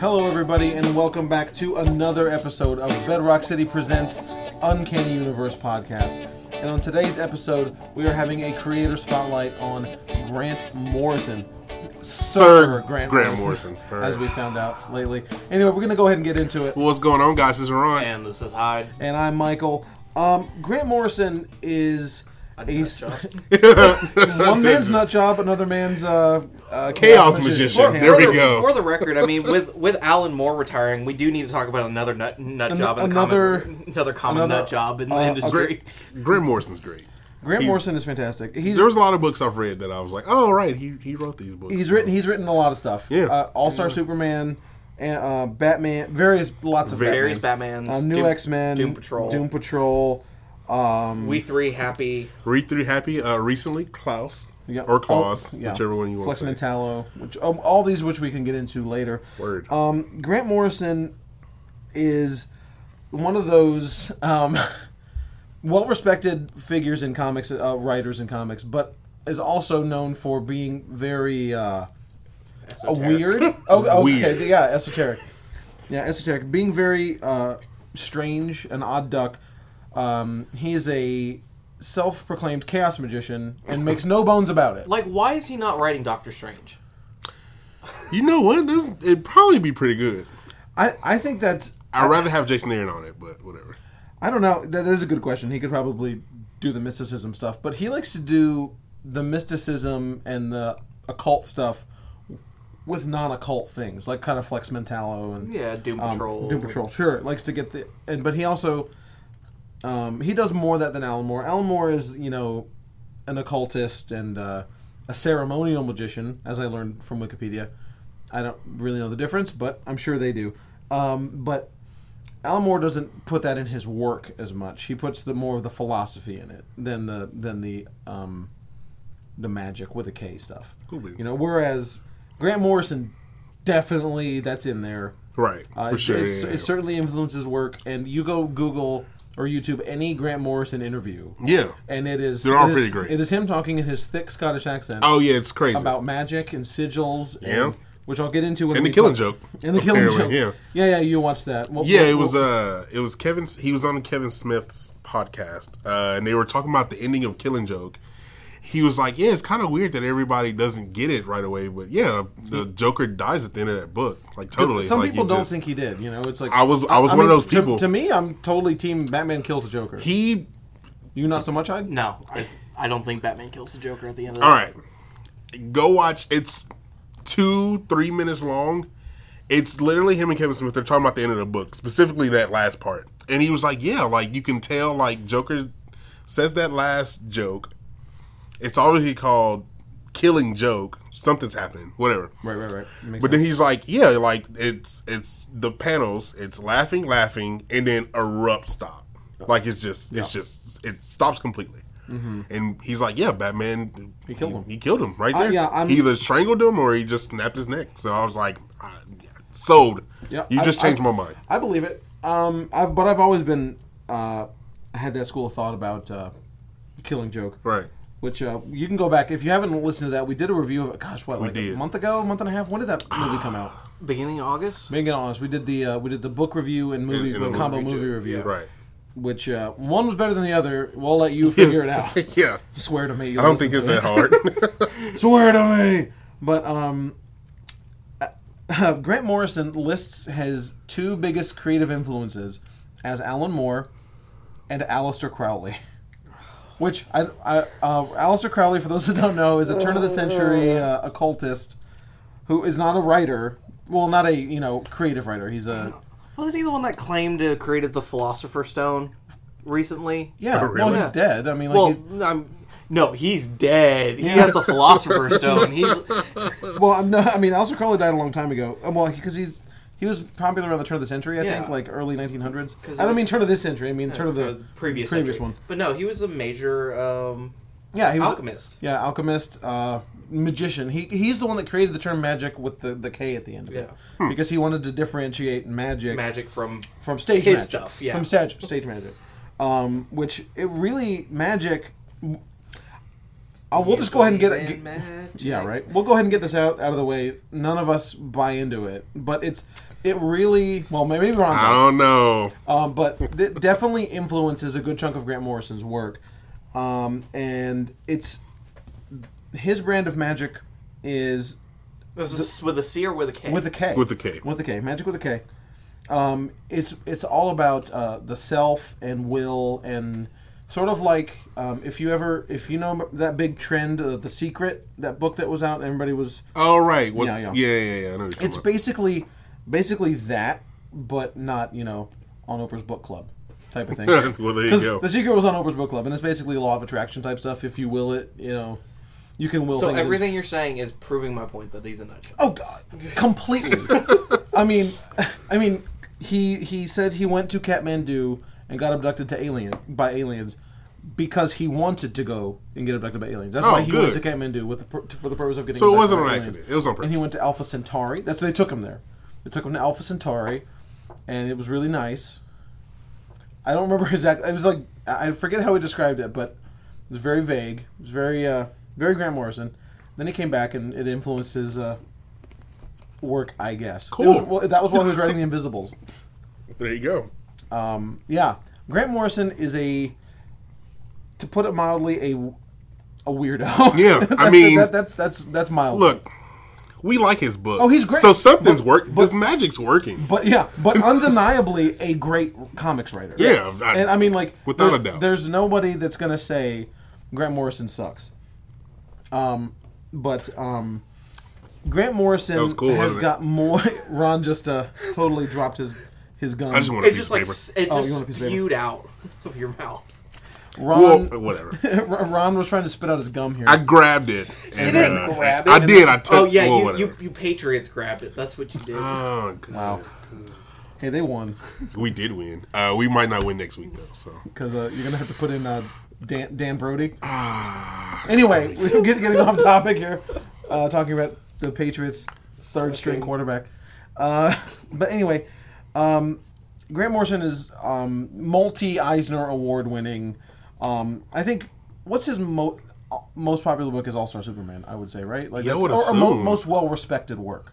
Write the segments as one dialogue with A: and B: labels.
A: Hello, everybody, and welcome back to another episode of Bedrock City Presents Uncanny Universe Podcast. And on today's episode, we are having a creator spotlight on Grant Morrison.
B: Sir Grant Morrison.
A: as we found out lately. Anyway, we're going to go ahead and get into it.
B: What's going on, guys? It's Ron.
C: And this is Hyde.
A: And I'm Michael. Um, Grant Morrison is a s- one man's nut job, another man's uh, uh,
B: Chaos magician. There we
C: the,
B: go.
C: For the record, I mean, with with Alan Moore retiring, we do need to talk about another nut, nut job, in the
A: another-
C: common, another common
A: another-
C: nut job in the
A: uh, a
C: industry.
B: Grant Morrison's great.
A: Grant
B: He's-
A: Morrison is fantastic. He's
B: There was a lot of books I've read that I was like, oh right, he, he wrote these books.
A: He's written. He's written a lot of stuff.
B: Yeah.
A: Uh, All Star Superman, and uh, Batman. Various lots of
C: Various
A: Batman.
C: Batman's,
A: Uh, New
C: Doom-
A: X Men.
C: Doom Patrol,
A: Doom Patrol. Um,
C: We Three, Happy,
B: Read through Happy uh, recently, Klaus
A: yeah,
B: or Klaus,
A: all- yeah.
B: whichever one you want.
A: Flexman
B: to say.
A: Tallow, which um, all these which we can get into later.
B: Word.
A: Um, Grant Morrison is one of those um, well-respected figures in comics, uh, writers in comics, but is also known for being very. Uh, a
C: Esoteric.
A: weird. Oh, okay,
B: Weird.
A: yeah, esoteric. Yeah, esoteric. Being very uh, strange, an odd duck. Um, he's a self-proclaimed chaos magician and makes no bones about it.
C: Like, why is he not writing Doctor Strange?
B: you know what? This it'd probably be pretty good.
A: I, I think that's
B: I'd rather have Jason Aaron on it, but whatever.
A: I don't know. That, that is a good question. He could probably do the mysticism stuff, but he likes to do the mysticism and the occult stuff with non-occult things, like kind of Flex Mentallo and
C: Yeah, Doom
A: um,
C: Patrol.
A: Doom Patrol, sure, likes to get the and but he also um, he does more of that than Alan Moore. Alan Moore is you know an occultist and uh, a ceremonial magician, as I learned from Wikipedia. I don't really know the difference, but I'm sure they do. Um, but Alan Moore doesn't put that in his work as much. He puts the more of the philosophy in it than the than the um, the magic with a K stuff.
B: Cool beans.
A: You know, whereas Grant Morrison definitely that's in there.
B: Right,
A: Uh,
B: for
A: it,
B: sure.
A: it's-
B: yeah,
A: it certainly influences work, and you go Google or YouTube any Grant Morrison interview,
B: yeah. Yeah.
A: and it is
B: They're all
A: it is-
B: pretty great.
A: It is him talking in his thick Scottish accent
B: Oh yeah, it's crazy.
A: about magic and sigils,
B: Yeah.
A: and, which I'll get into when
B: and
A: we
B: the Killing
A: talk-
B: Joke.
A: And the killing joke,
B: apparently, Yeah.
A: yeah, yeah, You watched that? Well,
B: Yeah,
A: well,
B: it was
A: well,
B: uh it was Kevin he was on Kevin Smith's podcast. Uh and they were talking about the ending of Killing Joke. He was like, "Yeah, it's kind of weird that everybody doesn't get it right away, but yeah, the Joker dies at the end of that book. Like totally.
A: Some
B: like,
A: people
B: you
A: don't
B: just-
A: think he did. You know, it's like
B: I was- I was one of those
A: to-
B: people.
A: To, me, I'm totally team Batman kills the Joker.
B: he
A: you not so much, I.
C: No, I, I don't think Batman kills the Joker at the end of that.
B: All right, go watch. It's two, three minutes long. It's literally him and Kevin Smith. They're talking about the end of the book, specifically that last part. And he was like, "Yeah, like you can tell, like Joker says that last joke. It's already called killing joke. Something's happening. Whatever.
A: Right, right, right. Makes
B: But
A: sense.
B: then he's like, yeah, like it's it's the panels, it's laughing, laughing, and then abrupt stop. Like it's just it's just it stops completely. And he's like, yeah, Batman, he
A: Mm-hmm. killed him.
B: He killed him right
A: I-
B: there.
A: yeah, I'm-
B: he either strangled him or he just snapped his neck. So I was like, I, yeah, sold.
A: Yeah,
B: you
A: I-
B: just changed
A: I-
B: my mind.
A: I believe it. Um, I've, but I've always been uh, had that school of thought about uh, Killing Joke,
B: Right.
A: Which uh, you can go back if you haven't listened to that. We did a review of it. Gosh, what like a
B: did. Ah.
A: month ago, a month and a half. When did that movie come out?
C: Beginning of August?
A: Being honest, we did the uh, we did the book review and movie
B: And- and a
A: combo
B: movie
A: movie
B: too.
A: review,
B: Right.
A: Which uh, one was better than the other. We'll let you figure it out.
B: yeah.
A: Swear to me.
B: I don't think it's that hard.
A: Swear to me. But um, uh, Grant Morrison lists his two biggest creative influences as Alan Moore and Aleister Crowley. Which I, I uh, Aleister Crowley, for those who don't know, is a turn of the century uh, occultist who is not a writer. Well, not a you know creative writer. He's a
C: Wasn't he the one that claimed to have created the Philosopher's Stone recently?
A: yeah.
B: Oh, really?
A: Well, he's
C: Yeah.
A: dead. I mean, like,
C: Well, I'm, no, he's dead. He has the Philosopher's Stone. He's
A: he- well, I'm not, I mean, Aleister Crowley died a long time ago. Um, Well, because he's he was popular around the turn of the century, I
C: Yeah.
A: think, like early 1900s. I
C: 'Cause it
A: don't
C: was-
A: mean turn of this century. I mean turn of the
C: previous
A: previous
C: century.
A: one.
C: But no, he was a major um,
A: Yeah, he was
C: alchemist.
A: Yeah, alchemist, uh, magician. He he's the one that created the term magic with the, the K at the end of it
C: Yeah. Hmm.
A: because he wanted to differentiate magic,
C: magic from
A: from stage
C: his
A: magic,
C: stuff, yeah.
A: from stage stage magic, um, which it really magic. Uh, we'll just go ahead and get it.
C: Magic.
A: Yeah, right. We'll go ahead and get this out out of the way. None of us buy into it, but it's it really well maybe Ron
B: I
A: does.
B: don't know.
A: um, but it definitely influences a good chunk of Grant Morrison's work. Um, and it's his brand of magic is
C: This is with a C or with a K?
A: with a K.
B: With a K.
A: With a K. Magic with a K. Um, it's it's all about uh, the self and will and sort of like um, if you ever if you know that big trend uh, the secret that book that was out everybody was
B: All right. What,
A: Yeah,
B: yeah,
A: yeah.
B: yeah, yeah, yeah. I know what you're
A: it's
B: talking
A: basically basically that but not you know on Oprah's book club type of thing.
B: about. well, there you
A: 'Cause
B: go.
A: The secret was on Oprah's book club and it's basically law of attraction type stuff. If you will it, you know, you can will.
C: so
A: things in-
C: everything you're saying is proving my point that he's a nutjob.
A: Oh God, completely. I mean, I mean, he he said he went to Kathmandu and got abducted to alien by aliens because he wanted to go and get abducted by aliens. That's
B: Oh,
A: why he went to
B: good.
A: Kathmandu with the, pur- for the purpose of getting.
B: So it
A: abducted
B: wasn't
A: by
B: an
A: aliens.
B: accident. It was on
A: And he
B: purpose.
A: went to Alpha Centauri. That's where they took him there. They took him to Alpha Centauri, and it was really nice. I don't remember exactly. It was like I I forget how he described it, but it was very vague. It was very uh, very Grant Morrison. Then he came back, and it influenced his uh, work, I guess. It was-
B: Cool.
A: well, that was while he was writing The Invisibles.
B: There you go.
A: Um, yeah, Grant Morrison is a, to put it mildly, a a weirdo.
B: Yeah, I
A: That's-
B: mean-
A: that, that's that's that's mild.
B: Look, we like his book.
A: Oh, he's great.
B: So something's
A: But-
B: working. This magic's working.
A: But yeah, but undeniably a great comics writer.
B: Yeah, I-
A: and I mean like
B: Without
A: there's,
B: a doubt.
A: there's nobody that's gonna say Grant Morrison sucks. Um, but um, Grant Morrison
B: was cool,
A: has
B: wasn't it?
A: got more. Ron just uh totally dropped his his gun.
B: I just want a
C: It
B: piece
C: just
B: of
C: like
B: paper.
C: s- it
A: Oh,
C: just
A: you want a piece of paper?
C: spewed out of your mouth.
A: Ron.
B: Well, whatever.
A: Ron was trying to spit out his gum here.
B: I grabbed it. And,
C: didn't
B: uh,
C: grab
B: I
C: it.
B: did. I took.
C: oh yeah,
B: well,
C: you,
B: whatever.
C: you you patriots grabbed it. That's what you did.
B: Oh, God.
A: wow. Hey, they won
B: We did win. Uh, we might not win next week though. So
A: because uh, you're gonna have to put in uh, Dan, Dan Brody.
B: Ah,
A: anyway, we're get, getting off topic here, uh, talking about the Patriots' third string quarterback. Uh, but anyway, um, Grant Morrison is um, multi Eisner Award winning. Um, I think what's his mo- uh, most popular book is All Star Superman. I would say right, like
B: Yeah, I
A: that's-
B: would
A: or, or mo-
B: assume.
A: most well respected work.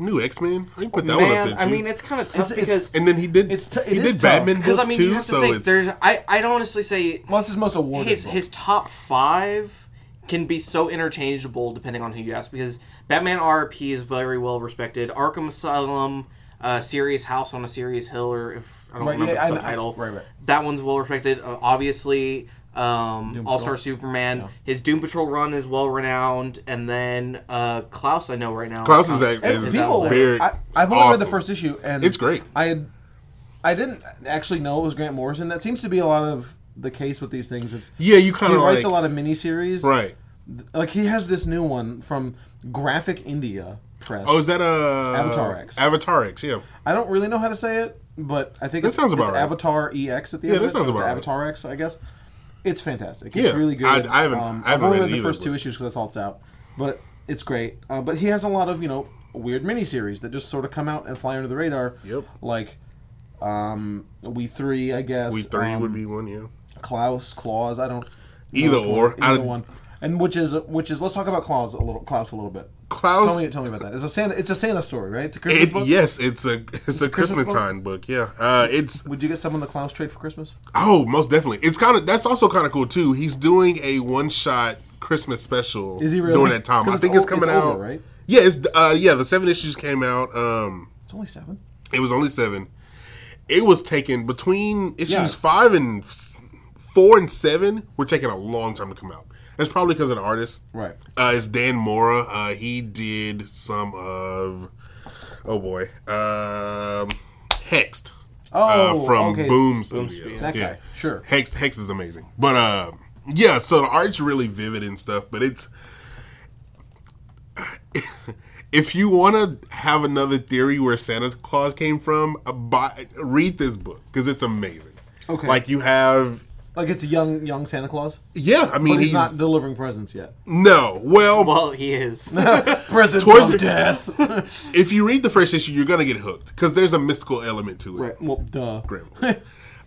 B: new X Men. I can put that one up
C: Man,
B: there
C: I
B: too.
C: mean it's kind of
A: It's-
C: tough
A: it's-
C: because
B: and then he did.
A: It's t- it
B: he
A: is
B: did
A: tough.
B: Batman
C: because
B: books
C: I mean
B: too.
C: you have to
B: so
C: think
B: it's
C: there's I I'd honestly say
A: Well, it's his most awarded.
C: his
A: book.
C: his top five can be so interchangeable depending on who you ask because Batman RP is very well respected. Arkham Asylum, uh, Serious House on a Serious Hill, or if I don't
A: Right,
C: remember
A: yeah, I-
C: the subtitle,
A: I- right, right.
C: that one's well respected. Uh, obviously, um, All Star Superman, his Doom Patrol run is well renowned, and then uh, Klaus I know right now. Uh,
B: Klaus is, act-
A: And
B: is
A: people,
B: very.
A: I, I've only read
B: awesome.
A: the first issue, and
B: It's great.
A: I had, I didn't actually know it was Grant Morrison. That seems to be a lot of the case with these things. It's
B: Yeah, you
A: he
B: kind of
A: writes
B: like
A: a lot of miniseries,
B: right.
A: Like he has this new one from Graphic India Press.
B: Oh, is that uh
A: Avatar X.
B: Avatar X, yeah.
A: I don't really know how to say it, but I think
B: That
A: it's,
B: sounds about
A: it's
B: right.
A: Avatar EX at the
B: Yeah,
A: end.
B: that
A: of it,
B: sounds
A: so it's
B: about right.
A: Avatar X, I guess. It's fantastic. It's
B: Yeah,
A: really good. Um,
B: I- I haven't- I
A: I've
B: haven't
A: only
B: read
A: read
B: it
A: the
B: either,
A: first two
B: but-
A: issues because that's all it's out, but it's great. Uh, but he has a lot of you know weird miniseries that just sort of come out and fly under the radar.
B: Yep.
A: Like, um, we three, I guess.
B: We three
A: um,
B: would be one, yeah.
A: Klaus, Claus. I don't. know
B: Either
A: which
B: or.
A: one, either
B: I-
A: one. And which is which is let's talk about Klaus a little. Klaus a little bit.
B: Klaus
A: Tell me, tell me about that. It's a Santa. It's a Santa story, right? It's a Christmas
B: it,
A: book.
B: yes, it's a it's a
A: Christmas
B: Christmas
A: book?
B: time book, yeah. Uh it's
A: Would you get someone the Klaus trade for Christmas?
B: oh, most definitely. It's kind of that's also kind of cool too. He's doing a one-shot Christmas special
A: Is he really?
B: during that time.
A: 'Cause
B: I
A: it's
B: think it's
A: o-
B: coming
A: it's
B: out.
A: over, right?
B: Yeah, it's uh yeah, the 7 issues came out um
A: It's only seven.
B: It was only seven. It was taken between issues
A: Yeah.
B: five and s- four and seven were taking a long time to come out. That's probably because of the artist.
A: Right.
B: Uh, it's Dan Mora. Uh, he did some of, oh boy, um, Hexed.
A: Oh,
B: uh, from
A: okay.
B: Boom Studios.
A: That guy,
B: Yeah.
A: sure.
B: Hex Hex is amazing. But uh, yeah, so the art's really vivid and stuff, but it's if you want to have another theory where Santa Claus came from, uh, buy, read this book cuz it's amazing.
A: Okay.
B: Like you have
A: Like it's a young young Santa Claus,
B: yeah, I mean
A: but he's,
B: he's,
A: not delivering presents yet.
B: Mm. no. Well,
C: Well, he is.
A: Presents of
B: Towards the-
A: death.
B: if you read the first issue, you're going to get hooked cuz there's a mystical element to it.
A: right. Well, duh. Great.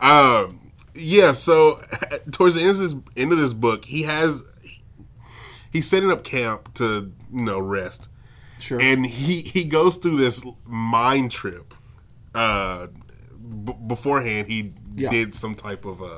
B: Um, yeah, so towards the end of, this, end of this book, he has he's setting up camp to you know rest,
A: Sure.
B: and he he goes through this mind trip uh, b- beforehand he
A: Yeah.
B: did some type of uh,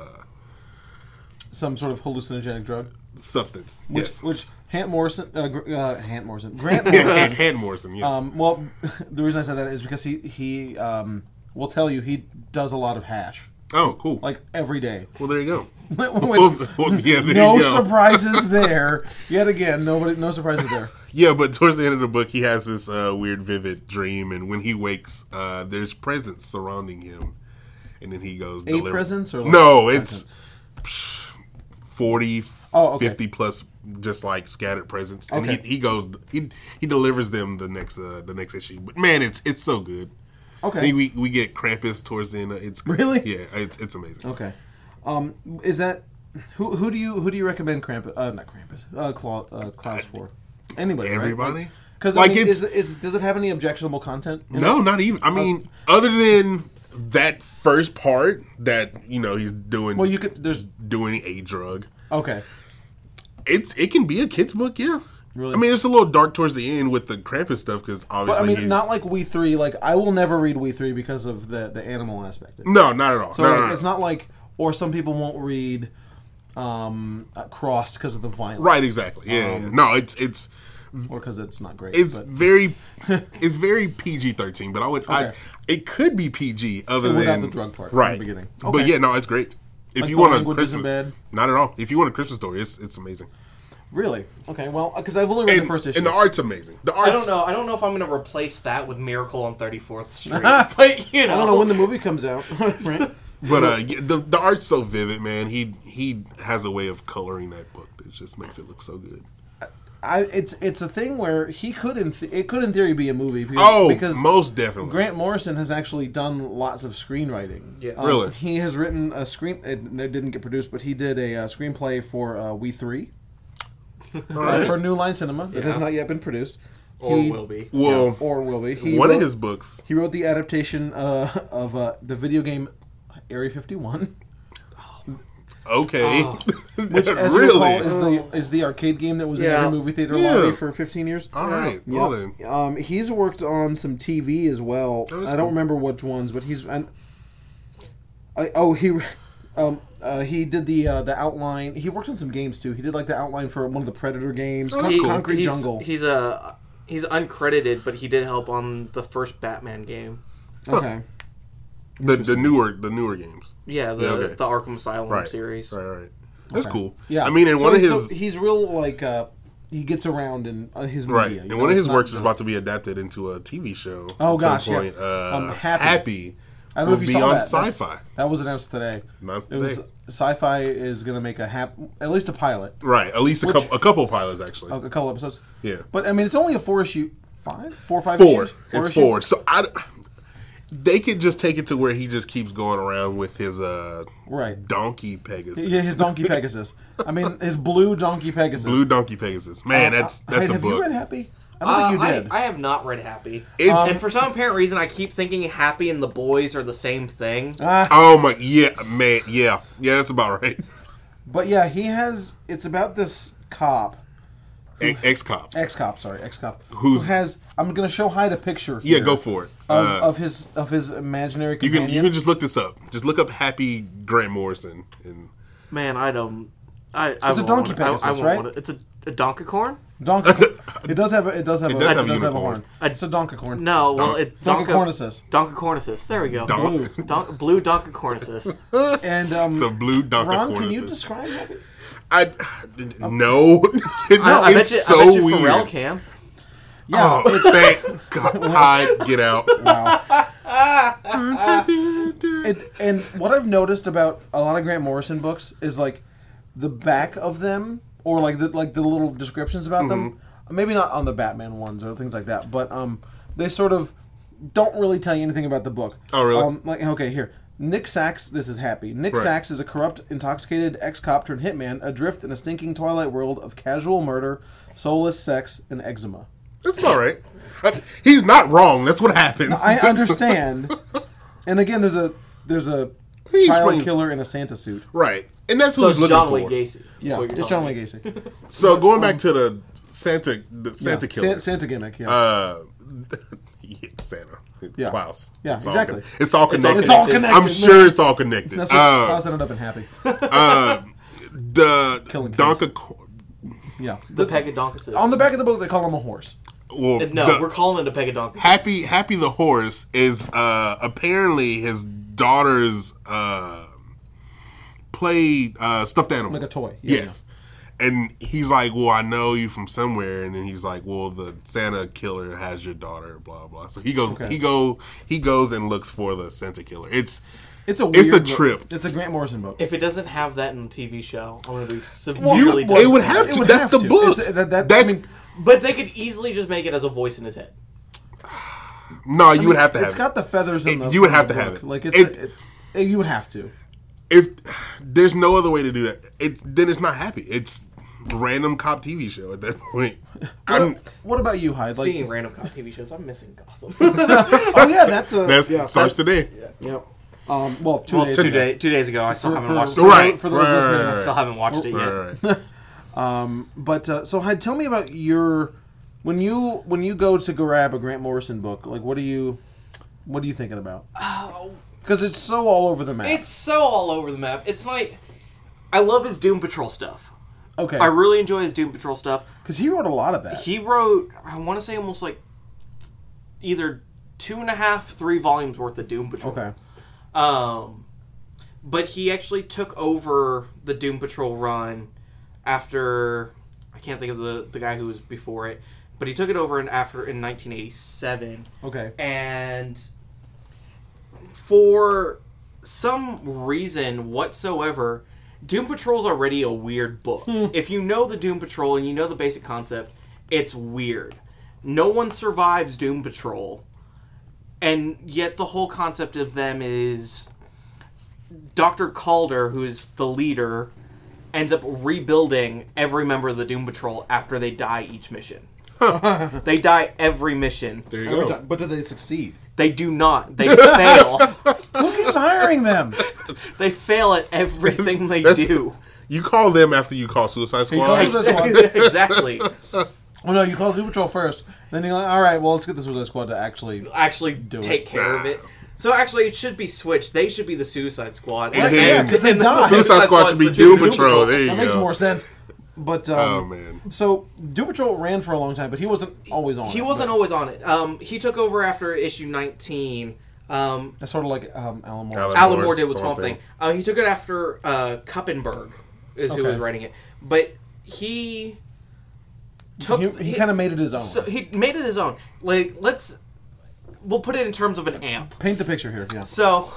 A: Some sort of hallucinogenic drug.
B: substance.
A: Which,
B: yes,
A: Which Hant Morrison, uh, Gr- uh, Hant Morrison, Grant
B: hand,
A: Morrison.
B: hand Morrison. Yes,
A: um, well, the reason I said that is because he he um, will tell you he does a lot of hash,
B: Oh, cool.
A: like every day.
B: well, there you go.
A: With-
B: Well, yeah, there
A: no
B: you go.
A: surprises there. Yet again, nobody, no surprises there.
B: Yeah, but towards the end of the book, he has this uh, weird, vivid dream, and when he wakes, uh, there's presents surrounding him, and then he goes.
A: Eight presents or like
B: no, it's
A: presents?
B: 40,
A: Oh, okay.
B: 50 plus, just like scattered presents, and
A: Okay.
B: he, he goes. He he delivers them the next uh, the next issue. But man, it's it's so good.
A: Okay.
B: I think we we get Krampus towards the end. Of, it's great.
A: Really? Oh,
B: yeah, it's it's amazing.
A: Okay. Um, is that who? Who do you who do you recommend Krampus? Uh, not Krampus. Uh, Cla- uh Klaus for anybody.
B: Everybody?
A: Because
B: Like,
A: I mean,
B: it's-
A: is, is, does it have any objectionable content? in it?
B: No, not even. I mean, other than that first part that you know he's doing
A: Well, you could. There's
B: doing a drug.
A: okay.
B: It's it can be a kids book, yeah.
A: Really?
B: I mean, it's a little dark towards the end with the Krampus stuff because
A: But,
B: obviously
A: I mean,
B: he's
A: not like We Three. Like I will never read We Three because of the the animal aspect. of it.
B: no, not at all.
A: So
B: no,
A: like,
B: no, no.
A: it's not like, or some people won't read um uh, Crossed because of the violence,
B: right, exactly. Yeah, yeah. no, it's it's
A: Or because it's not great.
B: it's
A: Oh. but
B: very it's very PG thirteen, but I would I
A: Okay.
B: it could be PG other
A: Without
B: than
A: the drug part in the
B: right
A: beginning.
B: But
A: Okay.
B: yeah, no, it's great. If
A: Like
B: you
A: the
B: want a
A: language isn't
B: Christmas,
A: bad.
B: not at all. If you want a Christmas story, it's it's amazing.
A: really okay. Well, because I've only read
B: And,
A: the first issue.
B: and the art's amazing. The art's
C: I don't know. I don't know if I'm gonna replace that with Miracle on 34th Street, but you know,
A: I don't know when the movie comes out. right.
B: But uh, yeah, the the art's so vivid, man. He he has a way of coloring that book that just makes it look so good.
A: I, it's it's a thing where he could in th- it could in theory be a movie because,
B: Oh,
A: because
B: most definitely.
A: Grant Morrison has actually done lots of screenwriting.
C: Yeah.
A: Um,
B: Really?
A: He has written a screen. It, it didn't get produced, but he did a uh, screenplay for uh, We Three uh, for New Line Cinema. It has
C: Yeah.
A: not yet been produced.
C: or
A: He-
C: will be.
B: well,
A: Or will be. He
B: one
A: wrote,
B: of his books.
A: He wrote the adaptation uh, of uh, the video game Area Fifty One,
B: Okay,
A: Uh, which, as you
B: really.
A: recall, is the is the arcade game that was in
C: Yeah.
A: every movie theater
B: Yeah.
A: lobby for fifteen years.
B: All right, well then,
A: Um, he's worked on some TV as well. I
B: is
A: don't
B: cool.
A: remember which ones, but he's and I, oh he, um, uh, he did the uh, the outline. He worked on some games too. He did like the outline for one of the Predator games, Con-
B: Oh, that's cool.
A: Concrete
C: he's,
A: Jungle.
C: He's a he's uncredited, but he did help on the first Batman game.
A: okay,
B: the the newer the newer games.
C: Yeah, the
B: Yeah, okay.
C: the Arkham Asylum
B: Right,
C: series.
B: Right, right. That's cool.
A: yeah.
B: I mean, and
A: So
B: one of
A: he's-
B: his
A: so he's real like uh, he gets around in uh, his media.
B: right,
A: you
B: and
A: know,
B: one of
A: it's
B: his
A: not
B: works is
A: just-
B: about to be adapted into a TV show.
A: Oh,
B: at some
A: gosh, yeah.
B: point. Uh,
A: Um, Happy.
B: Happy.
A: I don't know
B: will
A: if you
B: be
A: saw
B: on
A: that. That's-
B: Sci-Fi.
A: That was announced today.
B: Announced
A: It was
B: today.
A: sci-fi is gonna make a hap at least a pilot,
B: Right, at least a
A: Which-
B: couple a couple pilots actually.
A: a couple episodes.
B: Yeah.
A: But I mean, it's only a four issue, five, four or five.
B: four.
A: Issues?
B: It's
A: issues?
B: four. So I, they could just take it to where he just keeps going around with his uh
A: Right.
B: donkey Pegasus.
A: Yeah, his donkey Pegasus. I mean, his blue donkey Pegasus.
B: blue donkey Pegasus. Man, that's
A: Wait,
B: that's
A: Oh,
B: a
A: have you
B: book.
A: read Happy? I don't think
C: Uh,
A: you did.
C: I, I have not read Happy.
B: It's-
C: and for some apparent reason, I keep thinking Happy and the boys are the same thing.
A: Uh,
B: oh my yeah, man, yeah, yeah. That's about right.
A: but yeah, he has. It's about this cop,
B: Ex cop.
A: ex cop, sorry, ex cop,
B: Who's-
A: who has. I'm gonna show Hyde a picture.
B: Yeah,
A: Here
B: go for it.
A: Of,
B: Uh,
A: of his of his imaginary
B: you
A: companion.
B: can you can just look this up. Just look up Happy Grant Morrison and
C: Man, I don't. I, I
A: It's a
C: won't
A: donkey
C: want it. I- I
A: Pegasus,
C: won't
A: right?
C: want it. It's a, a donkey corn.
A: donkey. It does have a, it does have a,
B: does
A: it
B: have a
A: does have a
B: unicorn.
A: horn. It's a donkey corn.
C: No, well,
B: Don-
C: it
A: Donkey
C: Donka-
A: cornices.
C: Donka cornices. There we go.
B: Don-
C: Don- blue Donka cornices.
A: And um,
B: the blue donkey
A: Ron, can you
B: cornices.
A: describe Happy?
B: I no, it's,
C: I, I bet
B: it's
C: you.
B: so
C: I bet you
B: weird.
C: Pharrell can.
A: Yeah,
B: Oh, thank God! Hyde, get out.
A: It, and what I've noticed about a lot of Grant Morrison books is like the back of them, or like the like the little descriptions about them.
B: Mm-hmm.
A: Maybe not on the Batman ones or things like that, but um, they sort of don't really tell you anything about the book.
B: Oh, really?
A: Um, like okay, here. Nick Sachs, this is happy. Nick
B: Right.
A: Sachs is a corrupt, intoxicated ex cop turned hitman, adrift in a stinking twilight world of casual murder, soulless sex, and eczema.
B: That's about right. I- He's not wrong. That's what happens.
A: I understand. and again, there's a there's a
B: He
A: child
B: explains-
A: killer in a Santa suit.
B: right, and that's who
C: So
B: he's
C: it's
B: looking
C: John
B: for.
C: Wayne Gacy. is
A: Yeah,
C: what you're
A: it's John
C: telling me.
B: oh.
A: Wayne Gacy.
B: So going back to the Santa, Uh, the
A: Um,
B: Santa
A: Yeah.
B: killer.
A: San- Santa gimmick. Yeah.
B: uh, Santa.
A: Yeah.
B: Klaus.
A: Yeah,
B: It's all
A: exactly.
B: con- it's all connected.
A: it's all connected,
B: I'm
A: man.
B: sure it's all connected.
A: That's what
B: Uh,
A: Klaus ended up in Happy.
B: the
A: Killing kids.
B: Donka. Ko-
A: Yeah.
C: The Pegadoncus.
A: On the back of the book, they call him a horse.
B: Well,
C: no,
B: the-
C: we're calling it the Pegadoncus.
B: Happy Happy the horse is uh, apparently his daughter's uh, play uh, stuffed animal,
A: Like a toy. Yeah,
B: Yes. And he's like, "Well, I know you from somewhere," and then he's like, "Well, the Santa killer has your daughter." Blah blah. So he goes, he go, he goes and looks for the Santa killer. It's
A: It's a weird
B: It's a
A: book.
B: trip.
A: It's a Grant Morrison book.
C: If it doesn't have that in the TV show, I'm gonna be
B: you.
C: severely
B: it would
C: disappointed.
B: have
A: It
B: to.
A: would
B: that's
A: have
B: the
A: to.
B: book.
A: It's- uh, that- that- I
B: that's
A: mean,
C: But they could easily just make it as a voice in his head.
B: no. You would have to have.
A: It's
B: it.
A: got the feathers in
B: It-
A: the.
B: you would have
A: the
B: to have
A: book.
B: it.
A: Like it's,
B: It-
A: a, it's it- you would have to.
B: if there's no other way to do that, it then it's not happy. It's random cop TV show at that point. I'm,
A: What about you, Hyde? Like,
C: Speaking of random cop TV shows, I'm missing Gotham.
A: oh yeah, that's a
B: that's
A: yeah,
B: starts today.
A: Yep. Um, well, two days.
C: two
A: ago.
C: day, two days ago, I still
A: For-
C: haven't
A: for-
C: watched
A: for-
C: it.
B: Right,
A: For those
B: right,
A: listening,
B: right,
A: I
B: right.
C: Still haven't watched it yet.
B: Right, right.
A: But uh, so, Hyde, tell me about your when you when you go to grab a Grant Morrison book. Like, what are you what are you thinking about? Oh. Because it's so all over the map.
C: It's so all over the map. It's like I love his Doom Patrol stuff.
A: okay,
C: I really enjoy his Doom Patrol stuff.
A: because he wrote a lot of that.
C: He wrote, I want to say, almost like either two and a half, three volumes worth of Doom Patrol.
A: okay,
C: Um, but he actually took over the Doom Patrol run after I can't think of the the guy who was before it, but he took it over in after in 1987,
A: okay,
C: and for some reason whatsoever. Doom Patrol's already a weird book. if you know the Doom Patrol and you know the basic concept, it's weird. No one survives Doom Patrol and yet the whole concept of them is Dr. Calder, who's the leader, ends up rebuilding every member of the Doom Patrol after they die each mission. they die every mission.
B: There you
A: Every
B: go.
A: time- but did they succeed?
C: They do not. They fail.
A: Who keeps hiring them?
C: They fail at everything they
B: That's-
C: do.
B: You call them after you call Suicide Squad.
A: calls us-
C: exactly.
A: Oh no, you call Doom Patrol first. Then you're like, all right, well, let's get the Suicide Squad to actually.
C: Actually,
A: it.
C: take care of it. So actually, it should be switched. They should be the Suicide Squad.
B: And
A: Yeah,
B: him.
A: 'cause they
C: And the
A: die.
B: Suicide Squad should be
C: Squad's the
B: Doom Patrol. There
A: That
B: you
A: makes
B: go.
A: more sense. But um,
B: Oh man.
A: so Doom Patrol ran for a long time, but he wasn't always on.
C: He
A: it,
C: wasn't always on it. Um, he took over after issue 19. Um,
A: but That's sort of like um, Alan Moore.
B: Alan-
C: Alan
B: Moore,
C: Moore did with
B: Swamp
C: Swamp Thing.
B: Thing.
C: Uh, he took it after uh, Kuppenberg, is who
A: Okay.
C: was writing it. But he took
A: He, he kind of made it his own.
C: so he made it his own. Like let's we'll put it in terms of an amp.
A: Paint the picture here. Yeah,
C: So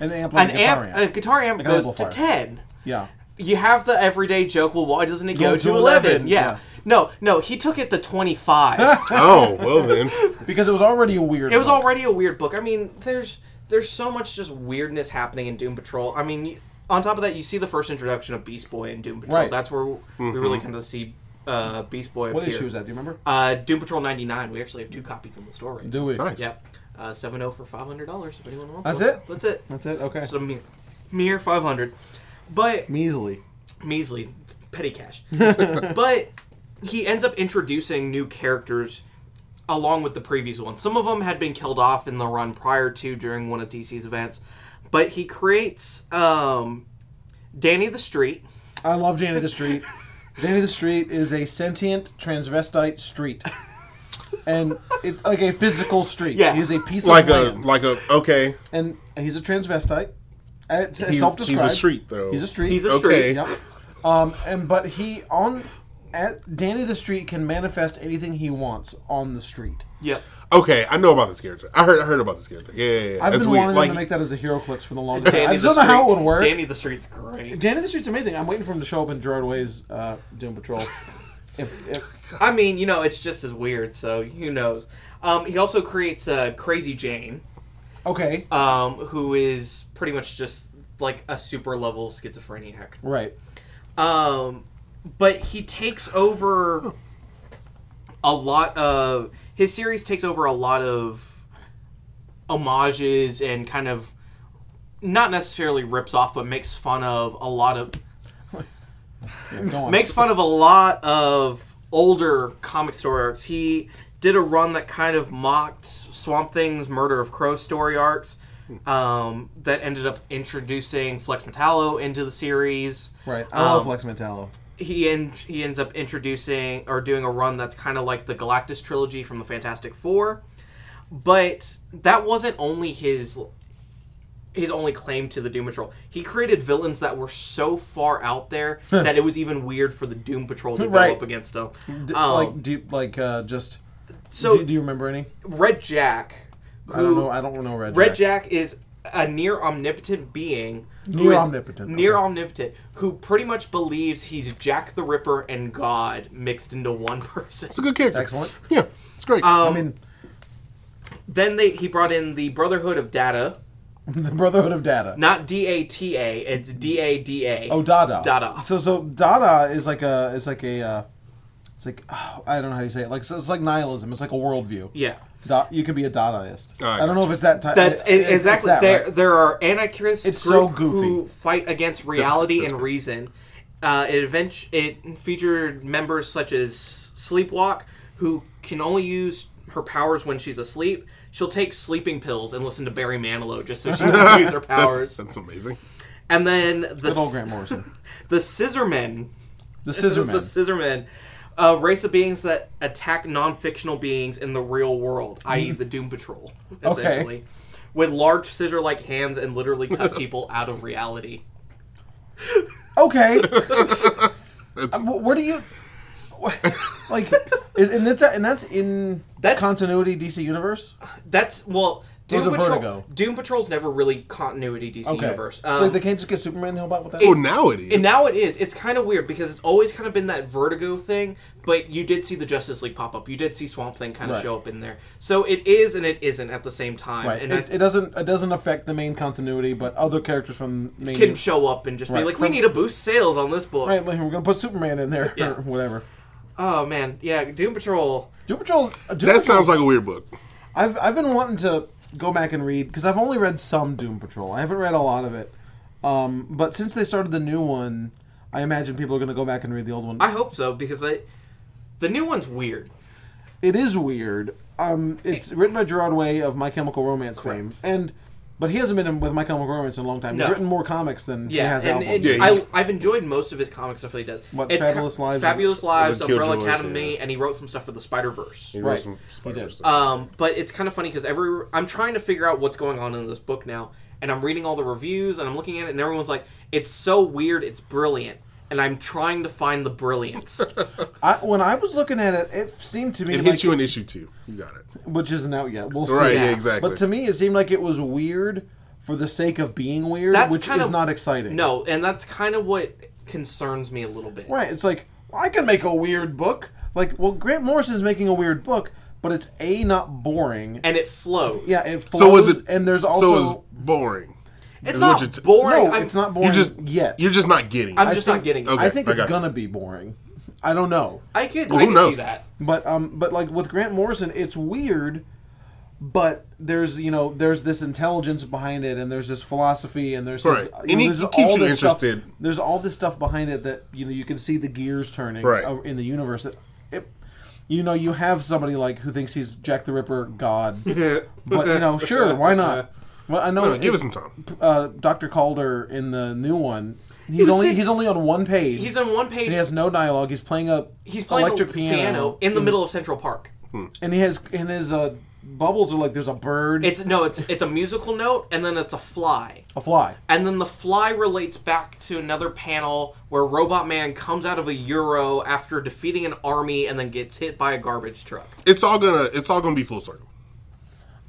A: an amp like
C: an
A: a guitar
C: amp, uh, a guitar amp
A: an
C: goes to
A: amplifier.
C: ten.
A: Yeah.
C: You have the everyday joke. Well, why doesn't it go, to,
A: to
C: 11?
A: 11,
C: Yeah.
A: yeah.
C: No, no. He took it to 25.
B: Oh well then.
A: Because it was already a weird.
C: It was
A: book.
C: already a weird book. I mean, there's there's so much just weirdness happening in Doom Patrol. I mean, you- on top of that, you see the first introduction of Beast Boy in Doom Patrol.
A: Right. Mm-hmm.
C: That's where we really kind of see uh, Beast Boy.
A: What
C: appear.
A: issue was that? Do you remember?
C: Uh, Doom Patrol '99. We actually have two copies in the store right now.
A: Do we?
B: Nice.
C: Yep. Uh, Seven zero for five hundred dollars. If anyone wants.
A: That's
C: one.
A: it?
C: That's it.
A: That's it. Okay.
C: Just a mere, mere five hundred. But
A: Measly.
C: measly petty cash but he ends up introducing new characters along with the previous ones some of them had been killed off in the run prior to during one of dc's events but he creates um, danny the street
A: I love Danny the Street. Danny the Street is a sentient transvestite street, and it like a physical street.
C: Yeah.
A: he's a piece
B: Like
A: of
B: a
A: land,
B: like a okay.
A: and he's a transvestite. Uh, It's
B: He's,
A: self-described.
B: he's a street though.
A: He's a street.
C: he's a
B: Okay.
C: street
A: Yep. Um, and but he on at Danny the Street can manifest anything he wants on the street.
C: yep
B: Okay, I know about this character. I heard I heard about this character. Yeah, yeah, yeah.
A: I've
B: That's
A: been
B: weird.
A: wanting
B: Like,
A: them to make that as a hero clicks for the longest time.
C: danny
A: I
C: the
A: just don't know
C: street.
A: how it would work. Danny,
C: danny the street's great
A: the Street's amazing. I'm waiting for him to show up in Gerard Way's uh, Doom Patrol. if, if
C: i mean you know it's just as weird so who knows um, he also creates uh, crazy jane
A: okay,
C: um, who is pretty much just like a super level schizophreniac
A: right.
C: Um, but he takes over a lot of his series takes over a lot of homages and kind of not necessarily rips off, but makes fun of a lot of
A: Yeah, go on.
C: makes fun of a lot of older comic stories. He did a run that kind of mocked Swamp Thing's Murder of Crow story arcs. Um, that ended up introducing Flex Metallo into the series. Um,
A: Right. I love Flex Metallo.
C: He en- he ends up introducing or doing a run that's kind of like the Galactus trilogy from the Fantastic Four, but that wasn't only his his only claim to the Doom Patrol. He created villains that were so far out there that it was even weird for the Doom Patrol to go
A: Right.
C: up against them.
A: D-
C: Um,
A: like do you, like uh, just
C: So-
A: do, do you remember any?
C: Red Jack, who
A: I don't know. I don't know Red.
C: Red Jack is a near omnipotent being. who
A: Near
C: is-
A: omnipotent,
C: Near
A: okay.
C: omnipotent, who pretty much believes he's Jack the Ripper and God mixed into one person.
B: It's a good character.
A: Excellent.
B: Yeah, it's great.
C: Um,
A: I mean,
C: Then they he brought in the Brotherhood of Data,
A: the Brotherhood of Data.
C: not D A T A, it's D A D A.
A: Oh, Dada.
C: Dada.
A: So so Dada is like a is like a uh, it's like oh, I don't know how you say it. Like so it's like nihilism. It's like a worldview.
C: Yeah.
A: Da- you could be a Dadaist.
B: Oh, I
A: I don't know if it's that type.
C: That's
A: it- it's
C: exactly
A: that,
C: there.
A: right?
C: There are anarchists
A: It's
C: group
A: so goofy.
C: who fight against reality
B: that's
C: and reason. Uh, it advent- it featured members such as Sleepwalk, who can only use her powers when she's asleep. She'll take sleeping pills and listen to Barry Manilow just so she can use her
B: that's,
C: powers.
B: that's amazing.
C: and then the
A: Good old
C: s-
A: Grant Morrison.
C: the Scissormen
A: The Scissor Man.
C: the Scissormen. A race of beings that attack non fictional beings in the real world, i.e., the Doom Patrol,
A: Mm. Okay.
C: essentially, with large scissor like hands and literally cut people out of reality.
A: Okay. Uh,
B: That's-
A: Wh- Where do you wh- like? Is, and that's and that's in
C: That's-
A: continuity DC universe.
C: That's, well, Doom,
A: Those are
C: Patrol,
A: Vertigo.
C: Doom Patrol's never really continuity DC
A: Okay.
C: universe.
A: so
C: Um,
A: they can't just get Superman to help out with that.
B: oh, now it is.
C: and now it is. It's kind of weird because it's always kind of been that vertigo thing, but you did see the Justice League pop up. You did see Swamp Thing kind of
A: Right.
C: show up in there. So it is and it isn't at the same time.
A: right.
C: And I-
A: it, it doesn't it doesn't affect the main continuity, but other characters from main
C: can show up and just be
A: Right.
C: like, we
A: From-
C: need to boost sales on this book.
A: right. Like, we're gonna put Superman in there
C: Yeah.
A: or whatever.
C: Oh man, yeah, Doom Patrol.
A: Doom Patrol. uh, Doom
B: that
A: Patrol's-
B: sounds like a weird book.
A: I've I've been wanting to go back and read because I've only read some Doom Patrol. I haven't read a lot of it. Um, but since they started the new one, I imagine people are going to go back and read the old one.
C: I hope so because I, the new one's weird.
A: it is weird. Um, it's written by Gerard Way of My Chemical Romance fame, and but he hasn't been in, with My Chemical Romance in a long time.
C: No.
A: He's written more comics than he
C: Yeah,
A: has
C: and,
A: albums.
C: and
B: Yeah,
C: I,
B: he's-
C: I've enjoyed most of his comic stuff that he does.
A: What,
C: ki-
A: Fabulous Lives and-
C: Fabulous Lives,
B: and
C: Umbrella
B: Killjoys,
C: Academy,
B: yeah.
C: and he wrote some stuff for the Spider Verse.
B: He wrote
A: Right.
B: some
A: He
B: Spider-Man
A: did.
B: stuff.
C: Um, but it's kind of funny because every I'm trying to figure out what's going on in this book now, and I'm reading all the reviews and I'm looking at it, and everyone's like, "It's so weird, it's brilliant," and I'm trying to find the brilliance.
A: I, when I was looking at it, it seemed to me
B: it
A: like
B: hits you in issue two. You got it.
A: which isn't out yet. We'll see.
B: Right, yeah, exactly.
A: But to me, it seemed like it was weird for the sake of being weird,
C: That's
A: which
C: kind
A: is
C: of-
A: not exciting.
C: no, and that's kind of what concerns me a little bit.
A: Right. It's like well, I can make a weird book. Like, well, Grant Morrison's making a weird book, but it's a not boring.
C: And it flows.
A: yeah, it flows,
B: So was it?
A: and there's
B: so
A: also
B: it was boring.
C: It's
B: Is
C: not
B: what you're t-
C: boring.
A: no,
C: I'm,
A: it's not boring
B: You just
A: yet.
B: You're just not getting. it.
C: I'm just not
A: think-
C: getting. it.
B: Okay.
A: I think
B: I
A: it's
B: got you.
A: gonna be boring. I don't know,
C: I could.
B: Well,
C: I
B: who
C: could
B: knows?
C: see that.
A: but um, but like with Grant Morrison, it's weird. But there's you know there's this intelligence behind it, and there's this philosophy, and there's
B: Right.
A: this,
B: And
A: you know,
B: he-
A: there's
B: he keeps you
A: this stuff-
B: interested.
A: there's all this stuff behind it that you know you can see the gears turning
B: Right.
A: uh, in the universe. It, it, you know, you have somebody like who thinks he's Jack the Ripper God, but you know, sure, why not? Well, I know.
B: No, give
A: it-
B: it some time.
A: uh, Doctor Calder in the new one. He's
C: was
A: only
C: sit-
A: he's only on one page.
C: He's on one page.
A: He has no dialogue. He's playing a
C: he's playing
A: electric
C: a
A: piano, Hmm.
C: piano, in the middle of Central Park.
A: and he has and his uh, bubbles are like there's a bird,
C: It's no. It's it's a musical note, and then it's a fly.
A: a fly.
C: And then the fly relates back to another panel where Robot Man comes out of a euro after defeating an army and then gets hit by a garbage truck.
B: It's all gonna. It's all gonna be full circle.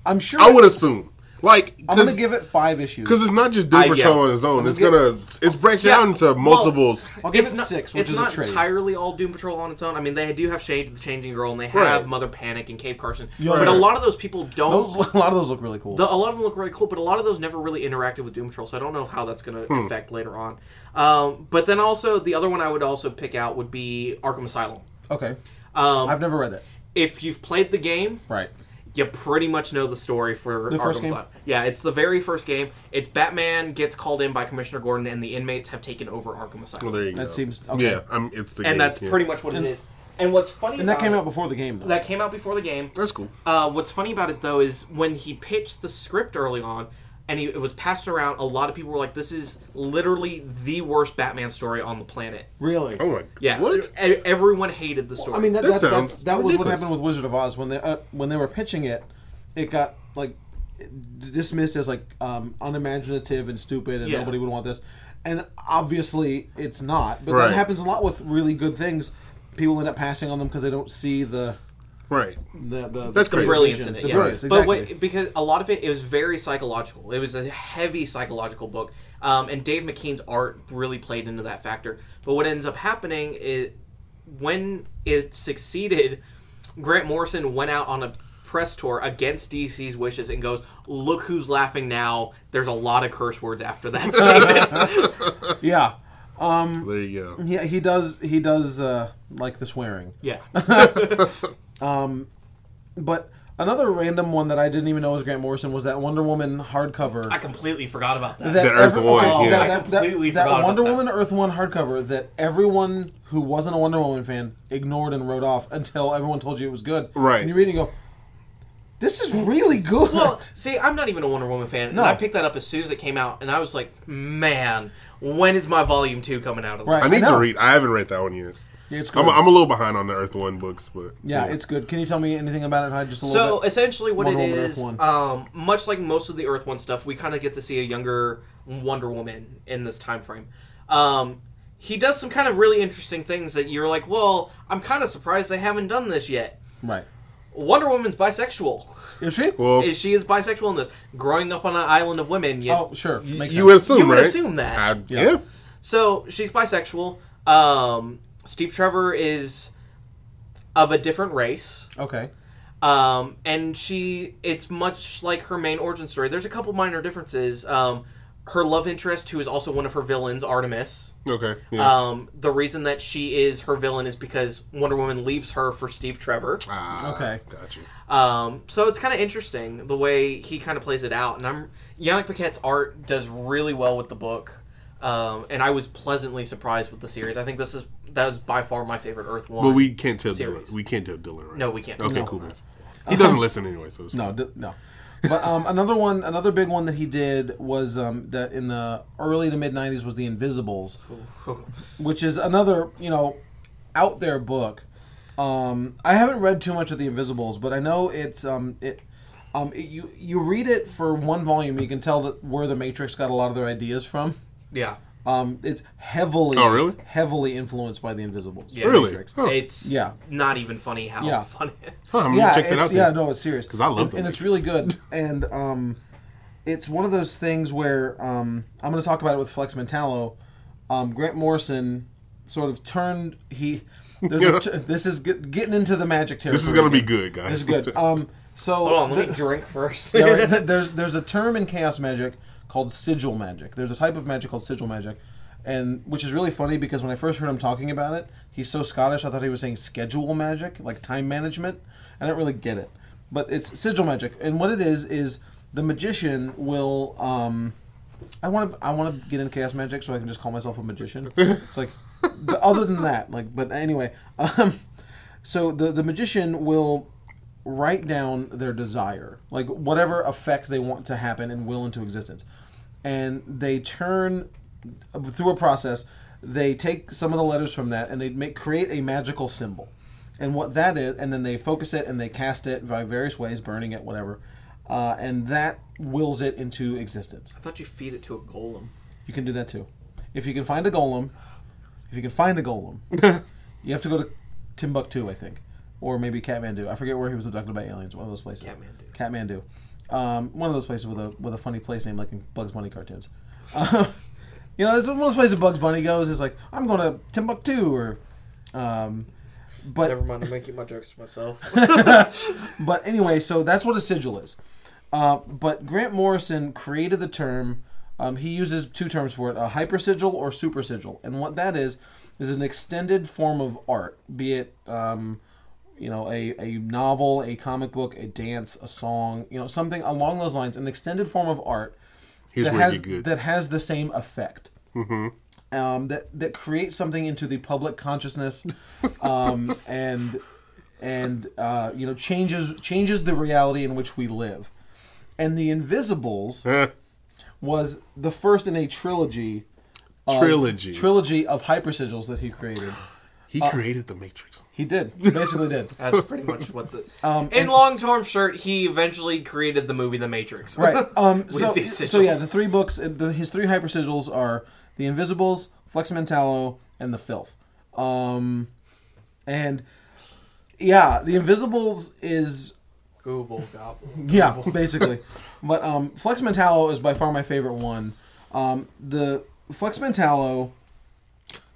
A: I'm sure.
B: I would assume. Like,
A: I'm gonna
B: because
A: give it five issues.
B: it's not just Doom
C: I- yeah.
B: Patrol on its own. It's
A: give-
B: gonna. It's branching out into multiples.
A: I'll give
C: it's
A: it
C: not,
A: six, which
C: it's
A: is a
C: not
A: trade.
C: entirely all Doom Patrol on its own. I mean, they do have Shade, the Changing Girl, and they
B: Right.
C: have Mother Panic and Cave Carson.
A: Yeah.
C: But a lot of those people don't.
A: Those, a lot of those look really cool.
C: The, a lot of them look really cool, but a lot of those never really interacted with Doom Patrol, so I don't know how that's going to affect later on. Um, but then also, the other one I would also pick out would be Arkham Asylum.
A: okay,
C: Um,
A: I've never read that.
C: if you've played the game,
A: Right.
C: you pretty much know the story for
A: The
C: Arkham
A: first game?
C: Asylum. Yeah, it's the very first game. It's Batman gets called in by Commissioner Gordon, and the inmates have taken over Arkham Asylum.
B: Well, there you go.
A: That seems- okay.
B: Yeah, I'm, it's the. game,
C: and that's
B: yeah.
C: pretty much what it is. And what's funny
A: And
C: about
A: that came
C: it-
A: out before the game, though.
C: that came out before the game.
B: That's cool.
C: Uh, what's funny about it though is when he pitched the script early on, and he, it was passed around. A lot of people were like, "This is literally the worst Batman story on the planet."
A: really?
B: Oh my.
C: Yeah,
B: What?
C: E- everyone hated the story.
A: I mean, that,
B: That
A: that, that,
B: sounds
A: that was what
B: ridiculous.
A: happened with Wizard of Oz when they uh, when they were pitching it, it got like d- dismissed as like um, unimaginative and stupid, and
C: Yeah.
A: nobody would want this. And obviously, it's not. But
B: Right.
A: that happens a lot with really good things. People end up passing on them because they don't see the
B: Right.
A: the the,
B: That's
A: the
B: crazy.
C: brilliance
A: vision.
C: in it.
A: The
C: yeah.
A: brilliance,
C: But
A: exactly.
C: what, because a lot of it, it was very psychological. It was a heavy psychological book, um, and Dave McKean's art really played into that factor. But what ends up happening is when it succeeded, Grant Morrison went out on a press tour against DC's wishes and goes, "Look who's laughing now." There's a lot of curse words after that statement.
A: yeah,
B: There you go.
A: yeah. He does. He does uh, like the swearing.
C: yeah,
A: But another random one that I didn't even know was Grant Morrison was that Wonder Woman hardcover.
C: I completely forgot about that.
A: that
B: The Earth
A: every-
B: One,
A: okay,
B: yeah.
A: that,
B: I
A: that- that-
C: completely
A: that
C: forgot about
A: Wonder
C: that.
A: Woman Earth One hardcover that everyone who wasn't a Wonder Woman fan ignored and wrote off until everyone told you it was good.
B: Right.
A: And you read it and go, "This is really good."
C: Well, Oh, see, I'm not even a Wonder Woman fan, and I picked that up as soon as it came out, and I was like, man, when is my volume two coming out? Of this?
A: Right.
B: I need to
A: know.
B: read. I haven't read that one yet.
A: Yeah, it's good.
B: I'm, I'm a little behind on the Earth One books, but
A: yeah, it's good. Can you tell me anything about it? Hyde, Just a little
C: So
A: bit.
C: essentially, what
A: Wonder
C: it
A: Woman Earth
C: is,
A: One.
C: um, much like most of the Earth One stuff, we kind of get to see a younger Wonder Woman in this time frame. Um, he does some kind of really interesting things that you're like, well, I'm kind of surprised they haven't done this yet.
A: right?
C: Wonder Woman's bisexual.
A: Is she?
B: well,
C: Is she is bisexual in this? Growing up on an island of women, you
A: oh, sure. Makes
B: you would
A: sense.
B: assume,
C: You would
B: right?
C: assume that.
B: I-
A: Yeah.
B: yeah.
C: So she's bisexual. Um, Steve Trevor is of a different race.
A: okay.
C: Um, and she, it's much like her main origin story. There's a couple minor differences. Um, her love interest, who is also one of her villains, Artemis.
B: Okay. Yeah.
C: Um, the reason that she is her villain is because Wonder Woman leaves her for Steve Trevor.
B: Ah,
A: Okay.
B: Gotcha.
C: Um, so it's kind of interesting the way he kind of plays it out. And I'm Yannick Paquette's art does really well with the book, um, and I was pleasantly surprised with the series. I think this is that is by far my favorite Earth one.
B: But we can't tell
C: Series.
B: Dylan. We can't tell Dylan, right?
C: No, we can't.
B: Okay,
C: No.
B: cool. man. He doesn't listen anyway, so it's
A: No, d- no. But um, another one, another big one that he did was um, that in the early to mid '90s was The Invisibles, which is another you know out there book. Um, I haven't read too much of The Invisibles, but I know it's um, it. Um, it, you you read it for one volume, you can tell that where the Matrix got a lot of their ideas from.
C: yeah,
A: Um, it's heavily,
B: Oh, really?
A: heavily influenced by The Invisibles.
C: Yeah.
B: Really?
A: Matrix.
B: Huh.
C: it's
A: Yeah.
C: not even funny how
A: Yeah.
C: funny.
B: Huh, I'm gonna
A: yeah,
B: check that
A: it's-
B: out.
A: yeah,
B: then.
A: no, it's serious because
B: I love
A: and,
B: the
A: and it's really good. And um, it's one of those things where um, I'm going to talk about it with Flex Mentallo. Um, Grant Morrison sort of turned he. There's a t- this is get, getting into the magic territory.
B: This is gonna be
A: again.
B: good, guys.
A: This is good. Um, so
C: Hold on,
A: the-
C: let me drink first.
A: yeah, right. Th- There's there's a term in chaos magic called sigil magic. There's a type of magic called sigil magic, and which is really funny because when I first heard him talking about it, he's so Scottish. I thought he was saying schedule magic, like time management. I didn't really get it, but it's sigil magic, and what it is is the magician will. Um, I want to I want to get into chaos magic so I can just call myself a magician. it's like, but other than that, like, but anyway, um, so the the magician will write down their desire, like whatever effect they want to happen and will into existence, and they turn through a process. They take some of the letters from that and they make create a magical symbol, and what that is, and then they focus it and they cast it by various ways, burning it, whatever, uh, and that wills it into existence.
C: I thought you feed it to a golem.
A: You can do that too. If you can find a golem, if you can find a golem, you have to go to Timbuktu, I think, or maybe Kathmandu. I forget where he was abducted by aliens. One of those places. Kathmandu. Kathmandu. Um, one of those places with a with a funny place name, like in Bugs Bunny cartoons. you know, it's one of those places Bugs Bunny goes. Is like I'm going to Timbuktu, or um, but
C: Never mind, I'm making my jokes to myself.
A: but anyway, so that's what a sigil is. Uh, but Grant Morrison created the term. Um, he uses two terms for it: a hypersigil or super sigil. And what that is is an extended form of art, be it um, you know a, a novel, a comic book, a dance, a song, you know something along those lines. An extended form of art
B: Here's
A: that
B: where it
A: has
B: get good.
A: that has the same effect. um, that that create something into the public consciousness, um, and and uh, you know changes changes the reality in which we live. And the Invisibles was the first in a trilogy Uh,
B: Trilogy.
A: trilogy of hypersigils that he created.
B: he
A: uh,
B: created the Matrix.
A: He did he basically did
C: That's pretty much what the.
A: Um,
C: in long term shirt, he eventually created the movie The Matrix.
A: right. Um,
C: With
A: so,
C: these
A: so yeah,
C: sigils.
A: the three books, uh, the, his three hypersigils are the Invisibles, Flex Mentallo, and the Filth. Um, and yeah, the Invisibles is
C: Google Goblin.
A: yeah, basically. But um, Flex Mentallo is by far my favorite one. Um, the Flex Mentallo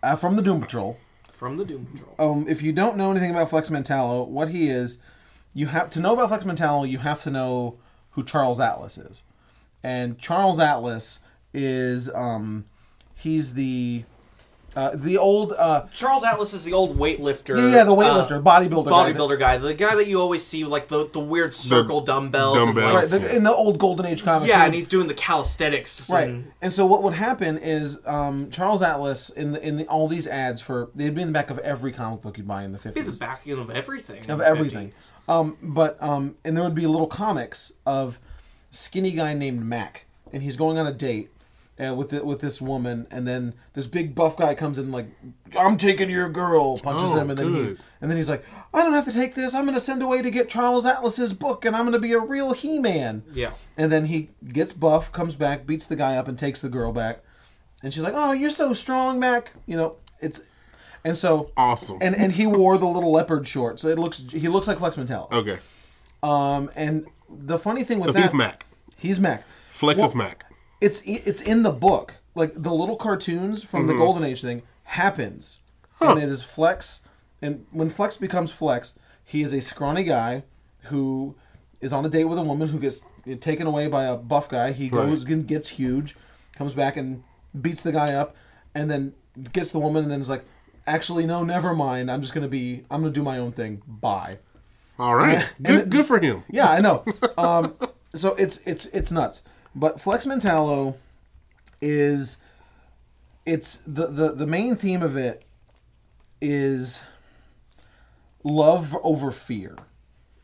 A: uh, from the Doom Patrol.
C: From the Doom Patrol.
A: Um, if you don't know anything about Flex Mentallo, what he is, you have to know about Flex Mentallo. You have to know who Charles Atlas is, and Charles Atlas is um, he's the uh, the old uh,
C: Charles Atlas is the old weightlifter.
A: yeah, yeah, the weightlifter,
C: uh,
A: bodybuilder, guy that-
C: bodybuilder guy. The guy that you always see, like the, the weird circle dumbbells.
B: dumbbells.
C: And,
A: right,
C: like,
A: the-
B: Yeah.
A: in the old Golden Age comics.
C: yeah,
A: he
C: and
A: would-
C: he's doing the calisthenics.
A: Right,
C: And,
A: and so what would happen is um, Charles Atlas in the, in the, all these ads for they'd be in the back of every comic book you'd buy in the
C: be the
A: fifties.
C: backing of everything.
A: of everything. Um, but um, and there would be little comics of skinny guy named Mac, and he's going on a date uh, with the, with this woman, and then this big buff guy comes in like, "I'm taking your girl," punches
B: Oh,
A: him, and then he,
B: good.
A: and then he's like, "I don't have to take this. I'm gonna send away to get Charles Atlas's book, and I'm gonna be a real He-Man."
C: Yeah.
A: And then he gets buff, comes back, beats the guy up, and takes the girl back. And she's like, "Oh, you're so strong, Mac." You know, it's and so
B: Awesome.
A: and and he wore the little leopard shorts. So it looks he looks like Flex Mentel.
B: okay.
A: Um, and the funny thing with
B: So
A: that,
B: he's Mac.
A: He's Mac.
B: Flex is
A: Well,
B: Mac.
A: It's it's in the book. Like the little cartoons from the Golden Age thing happens, and it is Flex. And when Flex becomes Flex, he is a scrawny guy who is on a date with a woman who gets taken away by a buff guy. He goes and gets huge, comes back and beats the guy up, and then gets the woman, and then is like, "Actually, no, never mind. I'm just gonna be. I'm gonna do my own thing. Bye."
B: All right. Good.
A: it-
B: good for him.
A: Yeah, I know. Um, so it's it's it's nuts. But Flex Mentallo is it's the, the the main theme of it is love over fear.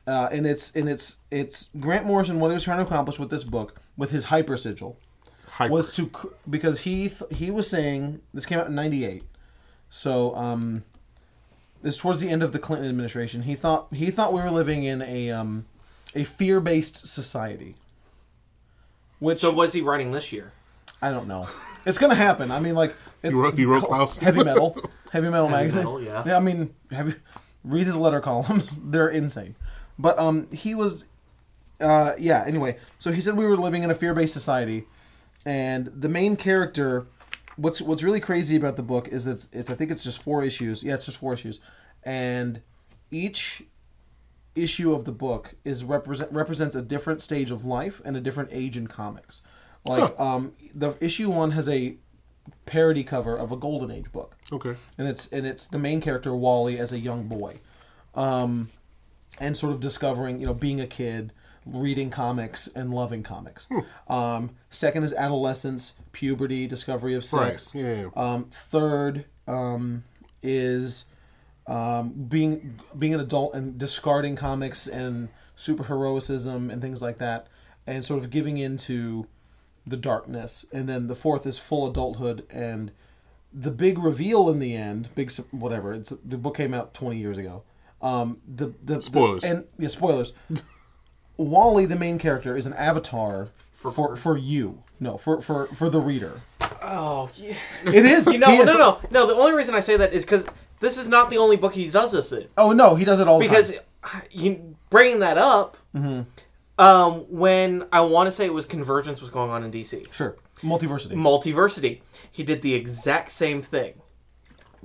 A: Uh, and it's and it's it's Grant Morrison what he was trying to accomplish with this book with his hyper sigil
B: Hyper.
A: was to cr- because he th- he was saying this came out in 98 so um this towards the end of the Clinton administration he thought he thought we were living in a um a fear-based society which
C: So was he writing this year?
A: I don't know it's gonna happen I mean like it,
B: You wrote, you wrote Klaus.
A: heavy metal heavy metal magazine
C: metal, yeah.
A: I mean heavy, read his letter columns they're insane but um he was uh, yeah, anyway, so he said we were living in a fear-based society, and the main character, what's what's really crazy about the book is that it's, I think it's just four issues. Yeah, it's just four issues, and each issue of the book is represent represents a different stage of life and a different age in comics. Like um, the issue one has a parody cover of a Golden Age book
B: Okay.
A: and it's and it's the main character Wally as a young boy, um, and sort of discovering you know being a kid, reading comics and loving comics.
B: Hmm.
A: Um, second is adolescence, puberty, discovery of sex.
B: Right, yeah, yeah.
A: Um, third um, is um, being being an adult and discarding comics and superheroicism and things like that, and sort of giving into the darkness. And then the fourth is full adulthood and the big reveal in the end. Big su- whatever. It's the book came out twenty years ago. Um, the the
B: Spoilers.
A: the- and yeah spoilers. Wally, the main character, is an avatar for for, for you. No, for for for the reader.
C: Oh, yeah.
A: It is.
C: You know,
A: He-
C: no, no, no. The only reason I say that is because this is not the only book he does this in.
A: Oh no, he does it all the
C: Because
A: time.
C: uh, you bringing that up,
A: Mm-hmm.
C: um, when I want to say it was Convergence was going on in DC,
A: Sure, multiversity.
C: Multiversity, he did the exact same thing.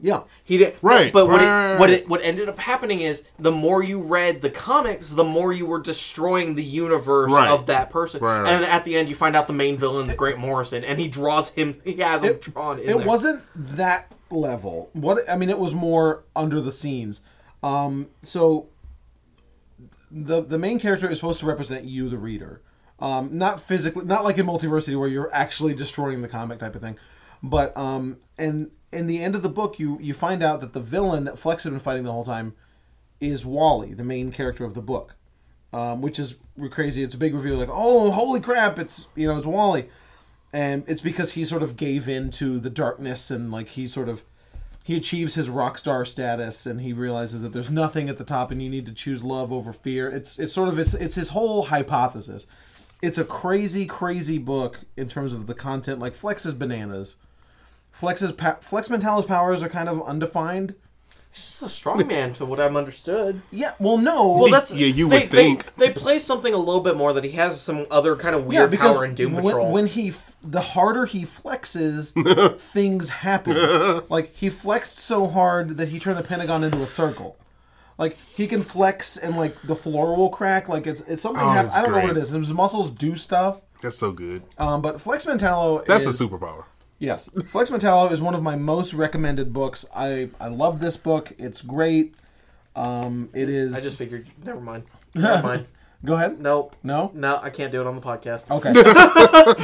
A: yeah,
C: He did
B: Right,
C: but what,
B: right,
C: it-
B: right, right,
C: what
B: right.
C: it what ended up happening is the more you read the comics, the more you were destroying the universe
B: Right.
C: of that person.
B: Right, right.
C: And then at the end, you find out the main villain is Grant Morrison, and he draws him. He has him drawn. In
A: it
C: there.
A: wasn't that level. What I mean, it was more under the scenes. Um, so the the main character is supposed to represent you, the reader. Um, not physically, not like in Multiversity where you're actually destroying the comic type of thing, But um, and in the end of the book, you you find out that the villain that Flex had been fighting the whole time is Wally, the main character of the book, um, which is re- crazy. It's a big reveal, like oh holy crap, it's you know it's Wally, and it's because he sort of gave in to the darkness and like he sort of he achieves his rock star status and he realizes that there's nothing at the top and you need to choose love over fear. It's it's sort of it's it's his whole hypothesis. It's a crazy crazy book in terms of the content. Like Flex is bananas. Flex's pa- Flex Mental's powers are kind of undefined.
C: He's just a strong man, to what I've understood.
A: Yeah, well, no.
C: Well, that's
B: Yeah, you
C: they,
B: would
C: they-
B: think.
C: they, play something a little bit more that he has some other kind of
A: yeah,
C: weird
A: because
C: power in Doom
A: when,
C: Patrol.
A: when he f- the harder he flexes, things happen. Like he flexed so hard that he turned the Pentagon into a circle. Like he can flex and like the floor will crack. Like it's it's something.
B: Oh,
A: hap-
B: that's
A: I don't know what
B: great.
A: it is. His muscles do stuff.
B: That's so good.
A: Um, but Flex Mentallo.
B: That's
A: is,
B: a superpower.
A: Yes, Flex Metallo is one of my most recommended books. I I love this book. It's great. Um, it is.
C: I just figured, never mind, never mind.
A: go ahead.
C: Nope,
A: No.
C: no, I can't do it on the podcast.
A: Okay.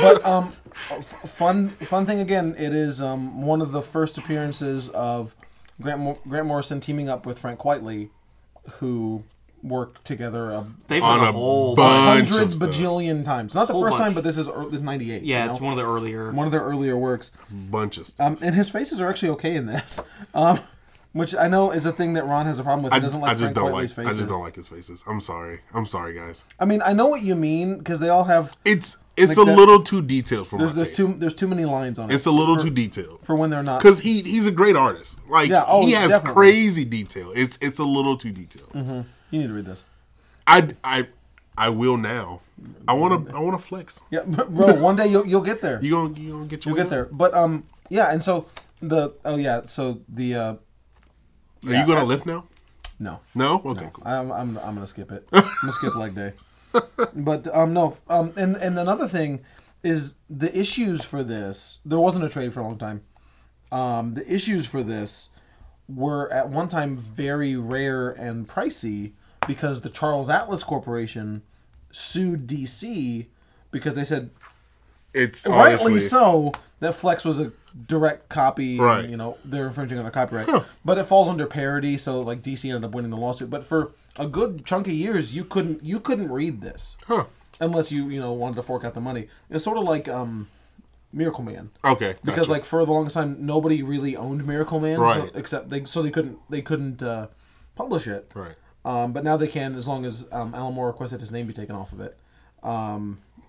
A: but um, f- fun fun thing again. It is um one of the first appearances of Grant Mor- Grant Morrison teaming up with Frank Whiteley, who worked together a
C: They've
B: On
C: done a
B: a
C: whole
B: bun-
C: bunch.
B: Bunch of
A: hundred
B: stuff.
A: bajillion times. Not the
C: Whole
A: first
C: bunch.
A: time, but this is early, ninety eight.
C: Yeah,
A: you
C: it's
A: know?
C: one of the earlier.
A: one of their earlier works.
B: Bunches.
A: Um, and his faces are actually okay in this, um, which I know is a thing that Ron has a problem with. He
B: I,
A: doesn't like
B: I just
A: Frank
B: don't like.
A: Whiteley's
B: I
A: faces.
B: just don't like his faces. I'm sorry. I'm sorry, guys.
A: I mean, I know what you mean because they all have.
B: It's it's
A: Like
B: a
A: that-
B: little too detailed for my
A: There's, there's
B: taste.
A: too there's too many lines on it
B: it's a little too detailed
A: for when they're not.
B: because he he's a great artist. Like
A: Yeah, oh,
B: he has
A: definitely. Mm-hmm.
B: crazy detail. It's it's a little too detailed.
A: You need to read this.
B: I I I will now. I want to I want to flex.
A: Yeah, bro. One day you'll you'll get there.
B: You gonna you gonna get your
A: You'll get
B: way
A: there. But um, yeah. And so the oh yeah. So the uh,
B: up? Are you gonna lift now?
A: no.
B: No. Okay. Cool.
A: I'm, I'm, I'm gonna skip it. I'm gonna skip leg day. But um no um and and another thing is the issues for this. There wasn't a trade for a long time. Um, the issues for this were at one time very rare and pricey because the Charles Atlas Corporation sued DC because they said
B: It's
A: rightly
B: honestly-
A: so that Flex was a direct copy. and,
B: Right.
A: you know, they're infringing on their copyright. But it falls under parody, so like DC ended up winning the lawsuit. But for a good chunk of years, you couldn't you couldn't read this
B: Huh.
A: unless you you know wanted to fork out the money. It's sort of like um, Miracle Man.
B: Okay.
A: Because
B: Oh, gotcha.
A: like for the longest time, nobody really owned Miracle Man, so-
B: Right.
A: except they so they couldn't they couldn't uh, publish it.
B: Right.
A: Um, but now they can, as long as um, Alan Moore requested his name be taken off of it,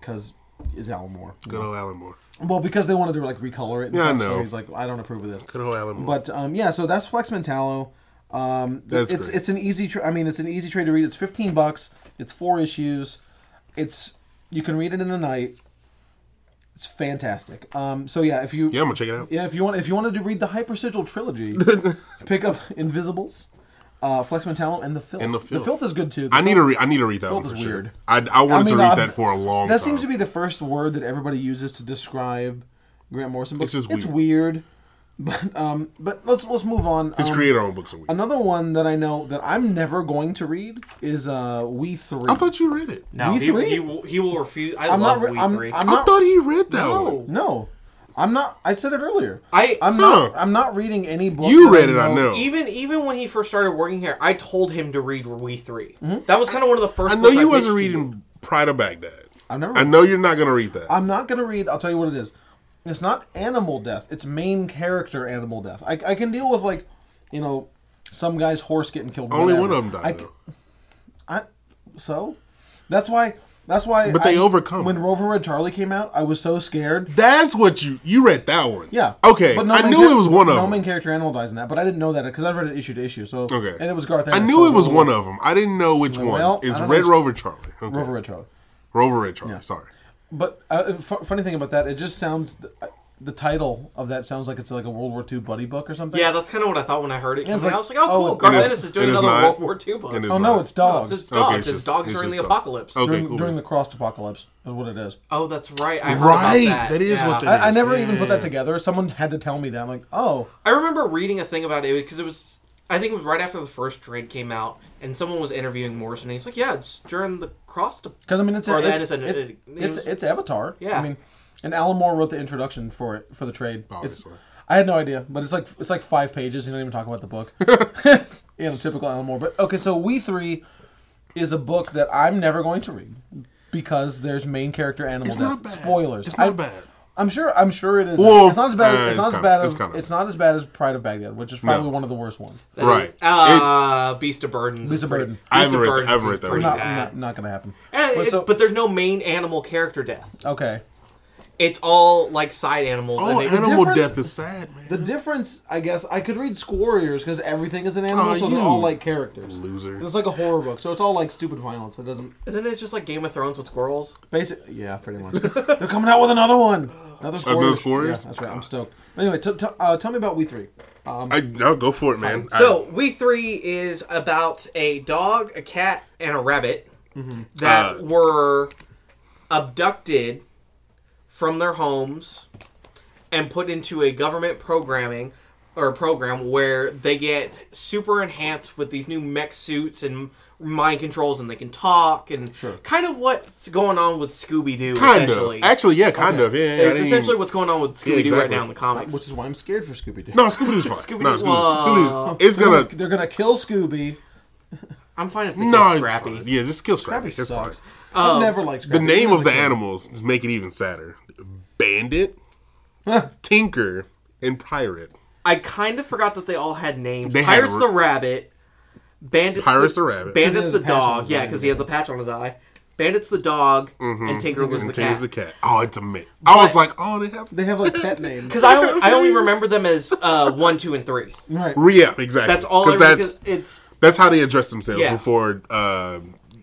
A: because is Alan Moore.
B: good old Alan Moore.
A: Well, because they wanted to like recolor it. And
B: Yeah, I
A: stuff, So
B: know.
A: he's like, I don't approve of this.
B: Good old Alan Moore.
A: But um, yeah, so that's Flex Mentallo. Um,
B: That's
A: it's
B: great.
A: it's an easy. Tra- I mean, it's an easy trade to read. It's fifteen bucks. It's four issues. It's you can read it in a night. It's fantastic. Um, so yeah, if you
B: yeah, I'm gonna check it out.
A: yeah, if you want, if you wanted to read the Hyper Sigil trilogy, pick up Invisibles, uh, Flex Mentallo, and the Filth.
B: And The
A: The
B: Filth.
A: Filth is good too. The
B: I need to read. I need to read that one
A: Filth
B: for
A: is
B: sure.
A: weird.
B: I, I wanted to
A: mean,
B: read
A: I'm-
B: that for a long
A: That
B: time.
A: seems to be the first word that everybody uses to describe Grant Morrison books.
B: It's just
A: It's weird, but um, but let's let's move on.
B: His
A: Um,
B: creator-owned books are weird.
A: another one that I know that I'm never going to read is uh, We Three.
B: I thought you read it.
C: no,
A: We
C: he,
A: three?
C: he, will- he will refuse. I
A: I'm
C: love
A: not. Re-
C: We
A: I'm,
C: 3
A: I'm
B: I
A: not.
B: thought he read that one.
C: no,
A: no, I'm not. I said it earlier.
C: I-
A: I'm not.
B: Huh.
A: I'm not reading any book.
B: You
A: that
B: read it, I know.
C: even even when he first started working here, I told him to read We 3
A: Mm-hmm.
C: That was kind of one of the first.
B: I know
C: books
B: you
C: pitched
B: wasn't
C: to
B: reading Pride of Baghdad.
A: I've never.
B: I know you're not gonna read that.
A: I'm not gonna read. I'll tell you what it is. It's not animal death. It's main character animal death. I, I can deal with like, you know, some guy's horse getting killed.
B: Only one
A: whatever.
B: of them
A: I
B: died.
A: c-
B: though.
A: I, so that's why. That's why.
B: But they
A: I-
B: overcome
A: When
B: it.
A: Rover Red Charlie came out, I was so scared.
B: That's what you you read that one.
A: Yeah.
B: Okay. I
A: main
B: knew
A: char-
B: it was one of
A: No
B: them.
A: main character animal dies in that, but I didn't know that because I read it issue to issue. So
B: Okay.
A: and it was Garth.
B: I
A: Ennis,
B: knew
A: so
B: it was
A: Rover-
B: one of them. I didn't know which one.
A: Well, I
B: it's
A: don't
B: Red
A: know.
B: Rover Charlie. Okay.
A: Rover Red Charlie.
B: Rover Red Charlie. Sorry.
A: But uh, f- funny thing about that, it just sounds. uh, The title of that sounds like it's like a World War II buddy book or something.
C: Yeah, that's kind of what I thought when I heard it.
A: it's
C: Coming. out. I
A: like,
C: was like, oh,
A: oh,
C: cool.
A: it-
C: Garth
A: it is-
C: Ennis is doing
B: it is
C: another
B: not.
C: World War II book.
B: It is
C: No,
A: Oh
B: not.
A: no, it's dogs.
C: it's his
B: Okay,
C: dogs.
B: it's
C: his
B: just-
C: dogs
B: it's
C: during the
B: just dogs.
C: apocalypse.
B: Okay.
A: during,
B: cool,
A: during the
B: yes.
A: crossed apocalypse is what it is.
C: Oh, that's right. I heard
B: Right,
C: About that.
B: that is
C: yeah.
B: what that
A: I, I never even put
B: Yeah.
A: that together. Someone had to tell me that. I'm like, oh,
C: I remember reading a thing about it because it was, I think it was right after the first trade came out, and someone was interviewing Morrison, and he's like, "Yeah, it's during the cross." To-
A: because I mean, it's
C: Or
A: a,
C: that
A: it's,
C: is an-
A: it-
C: it- it
A: it's
C: was-
A: it's Avatar.
C: Yeah.
A: I mean, And Alan Moore wrote the introduction for it for the trade. It's-
B: Obviously.
A: I had no idea, but it's like it's like five pages. You don't even talk about the book. It's, you know, typical Alan Moore. But okay, so We Three is a book that I'm never going to read because there's main character animal
B: It's
A: death.
B: not bad.
A: Spoilers.
B: It's not
A: I-
B: bad.
A: I'm sure. I'm sure it is.
B: Well,
A: it's not as bad.
B: uh,
A: it's not
B: it's
A: as
B: kinda-
A: bad
B: it's
A: as
B: kinda.
A: it's not as bad as Pride of Baghdad, which is probably one of the worst ones.
B: Right.
C: Uh, Beast of Burden.
A: Beast of Burden.
B: I haven't read that- I haven't read that
A: Not,
B: one.
A: not, not gonna happen.
C: But,
A: But so-
C: but there's no main animal character death.
A: Okay.
C: It's all like side animals. and
B: Oh,
C: they-
B: animal
A: difference-
B: death is sad, man.
A: The difference, I guess, I could read Squarriors because everything is an animal,
B: Aw,
A: so they're
B: you
A: all like characters.
B: loser.
A: It's like a horror book, so it's all like stupid violence. It doesn't
C: Isn't it just like Game of Thrones with squirrels?
A: basically. Yeah, pretty much. they're coming out with another one. Another Squarriors.
B: Squarriors?
A: Yeah, that's right. I'm stoked. Anyway, t- t- uh, tell me about We Three.
B: I no, go for it, man.
C: So We Three is about a dog, a cat, and a rabbit that
B: Uh,
C: were abducted from their homes and put into a government programming or program where they get super enhanced with these new mech suits and mind controls and they can talk and kind of what's going on with Scooby Doo
B: I, kind
C: essentially.
B: of, actually, yeah, kind of. Yeah, yeah, I
C: it's
B: didn't
C: essentially
B: even-
C: what's going on with Scooby Doo right
B: exactly.
C: now in the comics.
A: Which is why I'm scared for Scooby Doo.
B: no. Scooby Doo's fine.
C: Scooby-Doo-
B: no, Scooby-Doo's,
C: Aw.
B: Scooby-Doo's, it's gonna
A: They're gonna kill Scooby.
C: I'm fine if they
B: no,
C: no,
B: it's
C: Scrappy.
B: fine. Yeah, just kill Scrappy.
A: Scrappy
B: It's fine.
A: sucks. I've never liked
B: The
A: Scrappy.
B: name
A: Even as
B: of
A: a
B: the
A: kid.
B: animals just make it even sadder. Bandit, Tinker, and Pirate.
C: I kind of forgot that they all had names.
B: They had
C: Pirates
B: r-
C: the rabbit, Bandits
B: Pirates the rabbit.
A: Because
C: Bandits
A: he
C: the
A: has a patch on
C: dog.
A: his
C: Yeah,
A: eye,
C: because he has the patch on his eye. Bandits the dog, and Tinker was
B: Mm-hmm.
C: the
B: And Tinker's the
C: cat.
B: cat. Oh, it's a myth. I was like, oh, they have
A: They have like pet names.
C: Because I, on- I only remember them as uh, one, two, and three.
A: Right.
B: Yeah, exactly.
C: That's all. I
B: Because
C: remember,
B: that's
C: 'cause it's
B: that's how they address themselves
C: Yeah.
B: before uh,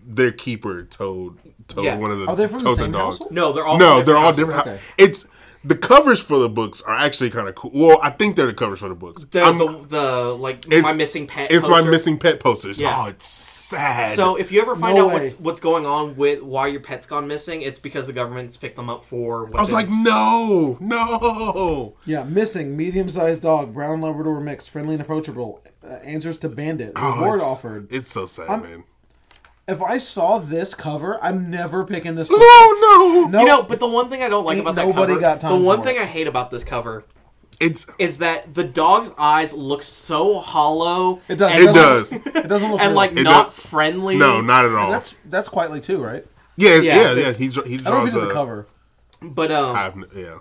B: their keeper told told
C: Yeah. Oh,
B: one of the
A: Are they from the
B: told
A: same
B: dog.
A: household?
C: no, they're all
B: No,
C: from
B: they're all
C: houses.
B: different. hou-
A: Okay.
B: It's the covers for the books are actually kind of cool. Well, I think they're the covers for the books.
C: They're
B: I'm-
C: the, the like
B: it's-
C: my missing pet.
B: It's my
C: poster.
B: missing pet posters.
C: Yeah.
B: Oh, it's sad.
C: So if you ever find
A: No
C: out what's
A: way.
C: what's going on with why your pet's gone missing, it's because the government's picked them up for.
B: I was like, no, no.
A: Yeah, missing medium-sized dog, brown Labrador mix, friendly and approachable. Uh, answers to bandit.
B: Oh,
A: Reward
B: it's,
A: offered.
B: It's so sad, man.
A: If I saw this cover, I'm never picking this. book.
B: Oh no,
A: No,
C: You know, but the one thing I don't like
A: Ain't
C: about that
A: nobody
C: cover,
A: got time
C: the one
A: for
C: thing
A: it.
C: I hate about this cover
B: it's
C: is that the dog's eyes look so hollow.
A: It does.
C: And,
B: It does.
A: It doesn't look
C: and
A: real.
C: like
B: It
C: not
B: does.
C: friendly.
B: no, not at all.
A: that's that's quietly too, right?
B: yeah, yeah,
C: yeah,
B: yeah,
C: but-
B: He dr- he
A: I don't know if
B: draws
A: he's on
B: a
A: the cover.
C: But um,
B: I've n- yeah.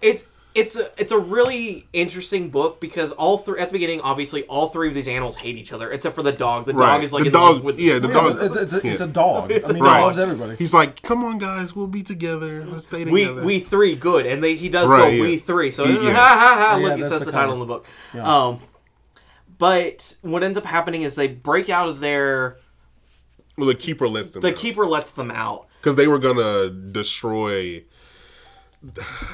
C: it's it's a it's a really interesting book because all three at the beginning, obviously, all three of these animals hate each other except for the dog. The dog is like
B: the
C: in
B: dog,
C: love with
B: yeah, the
A: Yeah,
B: dog.
A: but it's, it's, a, it's a
B: yeah.
A: dog. I
C: It's a
A: mean,
C: dog.
A: he loves everybody.
B: He's like, come on, guys, we'll be together. Let's stay together.
C: we we three good, and they he does
B: Right,
C: go
B: yeah.
C: we three. So
B: He-
C: ha
B: yeah.
C: ha ha!
A: Yeah,
C: Look, it
A: that's
C: says the,
A: the
C: title
A: cover.
C: in the book.
A: Yeah.
C: Um, but what ends up happening is they break out of their.
B: well, the keeper lets them
C: The keeper lets them out.
B: because they were gonna destroy.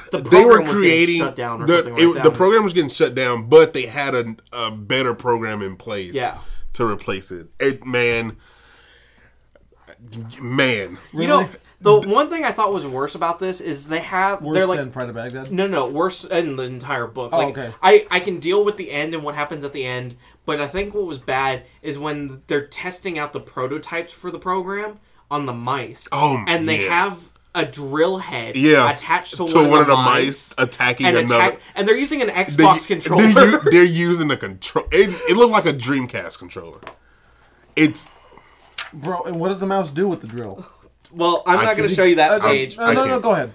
C: The
B: They were
C: program was getting
B: creating
C: shut down or
B: the
C: something like
B: it-
C: that.
B: the program was getting shut down, but they had a, a better program in place.
C: Yeah.
B: to replace it. It man, man.
C: You
A: Really?
C: know, the one thing I thought was worse about this is they have they're
A: Worse
C: like
A: than Pride of Baghdad.
C: no no worse in the entire book. Like
A: okay.
C: I I can deal with the end and what happens at the end, but I think what was bad is when they're testing out the prototypes for the program on the mice.
B: Oh,
C: and they
B: yeah.
C: have a drill head
B: Yeah,
C: attached to,
B: to
C: one, of the mice,
B: attacking
C: and
B: another-
C: and they're using an Xbox
B: They're-
C: controller.
B: They're, u- they're using a control. It, it looked like a Dreamcast controller. It's
A: Bro, and what does the mouse do with the drill?
C: well, I'm not going to
B: think-
C: show you that
A: Uh,
C: page.
A: uh, no, no,
B: can't.
A: go ahead.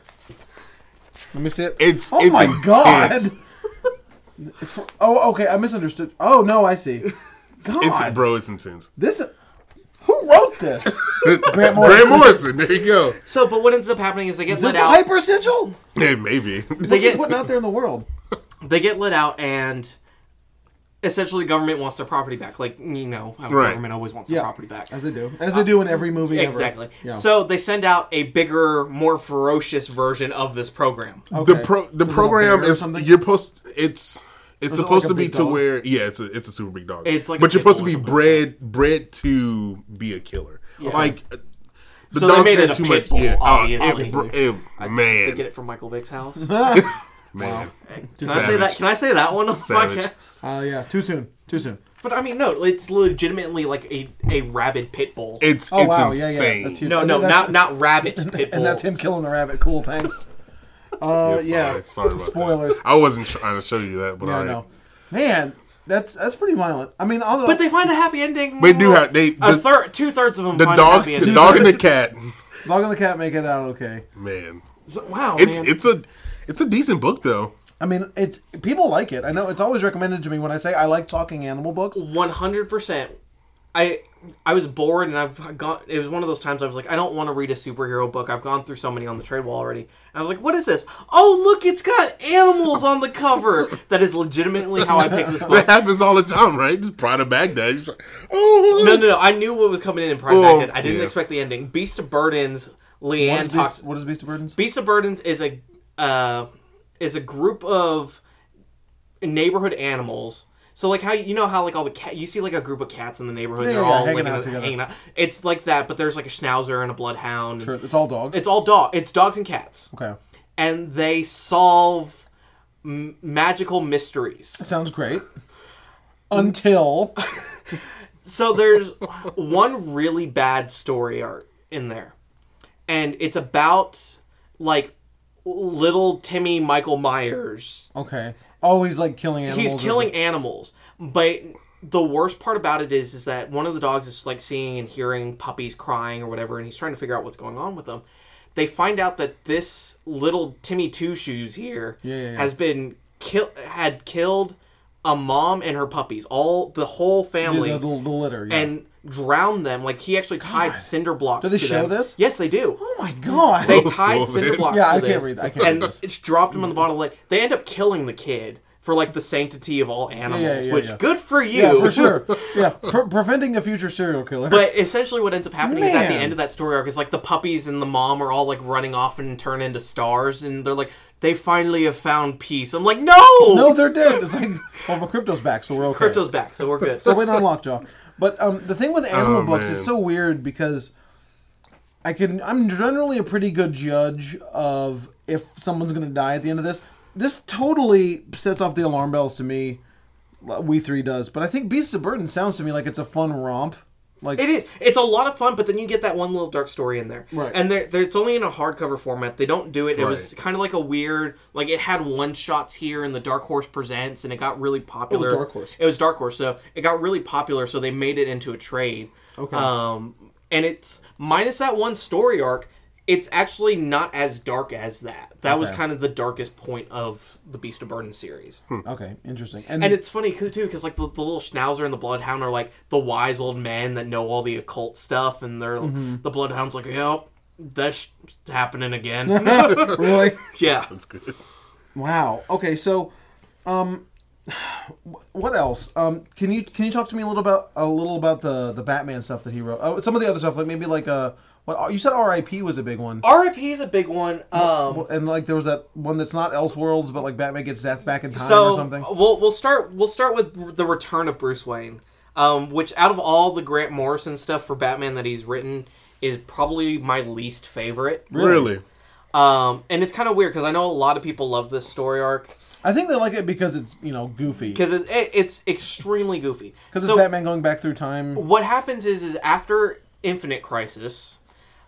A: Let me see it.
B: It's-
A: oh
B: it's
A: my
B: intense.
A: god. For- oh, okay. I misunderstood. Oh no, I see. God,
B: it's bro. It's intense.
A: this. Who wrote this? Grant Morrison.
B: Grant Morrison. There you go.
C: So, but what ends up happening is they get
A: Is this
C: let out.
A: hyper essential?
B: Yeah, maybe.
C: they
A: What's he
C: get
A: putting out there in the world?
C: they get let out and essentially the government wants their property back like you know how the
B: Right.
C: government always wants
A: Yeah,
C: their property back
A: as they do, as they do in every movie. ever.
C: exactly
A: Yeah.
C: so they send out a bigger more ferocious version of this program
A: Okay.
B: The pro the
A: Is it a
B: program
A: bear or
B: is
A: something?
B: you're post it's it's
A: it
B: supposed
A: like a
B: to be
A: big
B: to
A: dog?
B: where yeah it's a it's a super big dog.
C: It's like a
B: but you're
C: pit bull
B: supposed to
C: or
B: be
C: something.
B: bred bred to be a killer. Like uh, the
C: So they
B: dogs
C: made
B: had
C: it a
B: too
C: pit
B: much.
C: bull,
B: yeah, oh, it-
C: obviously.
B: it-
C: they get
B: man,
C: it from michael vick's house
B: man.
C: can i say that can i say that one on the
B: Savage.
C: podcast
A: Uh, yeah. Too soon. Too soon.
C: but i mean no it's legitimately like a, a rabid pit bull
B: It's
A: Oh
B: it's
A: wow. Yeah, yeah.
B: insane.
A: That's huge.
C: no
A: And
C: no
A: that's-
C: not not rabbit pit bull
A: And that's him killing the rabbit. Cool. Thanks. Uh,
B: Yeah,
A: yeah,
B: sorry, sorry about that.
A: spoilers.
B: I wasn't trying to show you that, but
A: Yeah,
B: I
A: I know. Man, that's that's pretty violent. I mean, although,
C: But they find a happy ending.
B: They do have- they-
C: a
B: the-
C: third two thirds of them
B: the
C: find a
B: dog,
C: happy
B: the
C: ending.
B: dog and the cat.
A: Dog and the Cat make it out okay.
B: Man,
C: So- wow,
B: it's
C: man.
B: it's a it's a decent book though.
A: I mean, it's people like it. I know it's always recommended to me when I say I like talking animal books.
C: one hundred percent. I I was bored and I've got. It was one of those times I was like, I don't want to read a superhero book. I've gone through so many on the trade wall already. And I was like, what is this? Oh look, it's got animals on the cover. that is legitimately how I picked this book.
B: That happens all the time, right? Just Pride of Baghdad. You're Just like, oh,
C: No, no, no. I knew what was coming in in Pride
B: Oh,
C: Magnet. I didn't
B: yeah.
C: expect the ending. Beast of Burdens.
A: What
C: Leanne
A: is,
C: talked.
A: Beast, what is Beast of Burdens?
C: Beast of Burdens is a uh, is a group of neighborhood animals. So like how you know how like all the cat you see like a group of cats in the neighborhood and
A: Yeah,
C: they're
A: yeah,
C: all
A: hanging
C: like,
A: out
C: in a-
A: together.
C: hanging out. It's like that, but there's like a schnauzer and a bloodhound.
A: Sure, it's all dogs.
C: It's all dog. It's dogs and cats,
A: okay,
C: and they solve m- magical mysteries.
A: sounds great. Until
C: So there's one really bad story arc in there. And it's about like little Timmy Michael Myers.
A: okay, oh, he's like killing animals.
C: He's killing animals, but the worst part about it is is that one of the dogs is like seeing and hearing puppies crying or whatever and he's trying to figure out what's going on with them. They find out that this little Timmy Two Shoes here
A: yeah, yeah.
C: has been kill had killed a mom and her puppies, all the whole
A: the,
C: family
A: the, the, the litter. Yeah.
C: and drown them. Like he actually tied cinder blocks.
A: Do they
C: to
A: show
C: them.
A: this?
C: Yes, they do.
A: oh my god,
C: They tied
B: man.
C: cinder blocks.
A: Yeah,
C: to
A: I can't
C: this,
A: read- I can't read
C: and
A: this.
C: it's dropped
A: Mm-hmm.
C: him on the bottom of the lake. They end up killing the kid for like the sanctity of all animals,
A: yeah,
C: which
A: yeah.
C: good for you.
A: yeah, for sure. Yeah, pre- preventing a future serial killer.
C: But essentially, what ends up happening is at the
A: Man.
C: end of that story arc is like the puppies and the mom are all like running off and turn into stars, and they're like, they finally have found peace. I'm like, no,
A: no, they're dead. It's like, well, but crypto's back, so we're okay.
C: crypto's back, so we're good.
A: So wait on Lockjaw. But um, the thing with animal
B: Oh,
A: books
B: man.
A: is so weird because I can I'm generally a pretty good judge of if someone's gonna die at the end of this. This totally sets off the alarm bells to me. We three does, but I think Beasts of Burden sounds to me like it's a fun romp. Like
C: It is. It's a lot of fun, but then you get that one little dark story in there.
A: Right.
C: And they're, they're, it's only in a hardcover format. They don't do it. It was
B: Right.
C: kind of like a weird, like it had one shots here and the Dark Horse Presents, and it got really popular.
A: Dark Horse.
C: It was Dark Horse, so it got really popular. So they made it into a trade.
A: Okay.
C: Um, and it's minus that one story arc. It's actually not as dark as that. That was
A: Okay.
C: kind of the darkest point of the Beast of Burden series.
A: okay, interesting.
C: And it's funny too, because like the, the little Schnauzer and the Bloodhound are like the wise old men that know all the occult stuff, and they're the Bloodhound's like, "Yep, that's happening again."
A: really
C: yeah,
B: that's good.
A: wow. Okay, so um, what else? Um, can you can you talk to me a little about a little about the the Batman stuff that he wrote? Oh, some of the other stuff, like maybe like uh, what you said, R.I.P. was a big one.
C: RIP is a big one. Um,
A: and like there was that one that's not Elseworlds, but like Batman gets death back in time or
C: so
A: something.
C: we'll we'll start we'll start with the return of Bruce Wayne, um, which out of all the Grant Morrison stuff for Batman that he's written is probably my least favorite.
B: Really?
C: Um, and it's kind of weird because I know a lot of people love this story arc
A: I think they like it because it's you know goofy because
C: because it, it, it's extremely goofy.
A: it's
C: So-
A: Batman going back through time.
C: what happens is is after Infinite Crisis,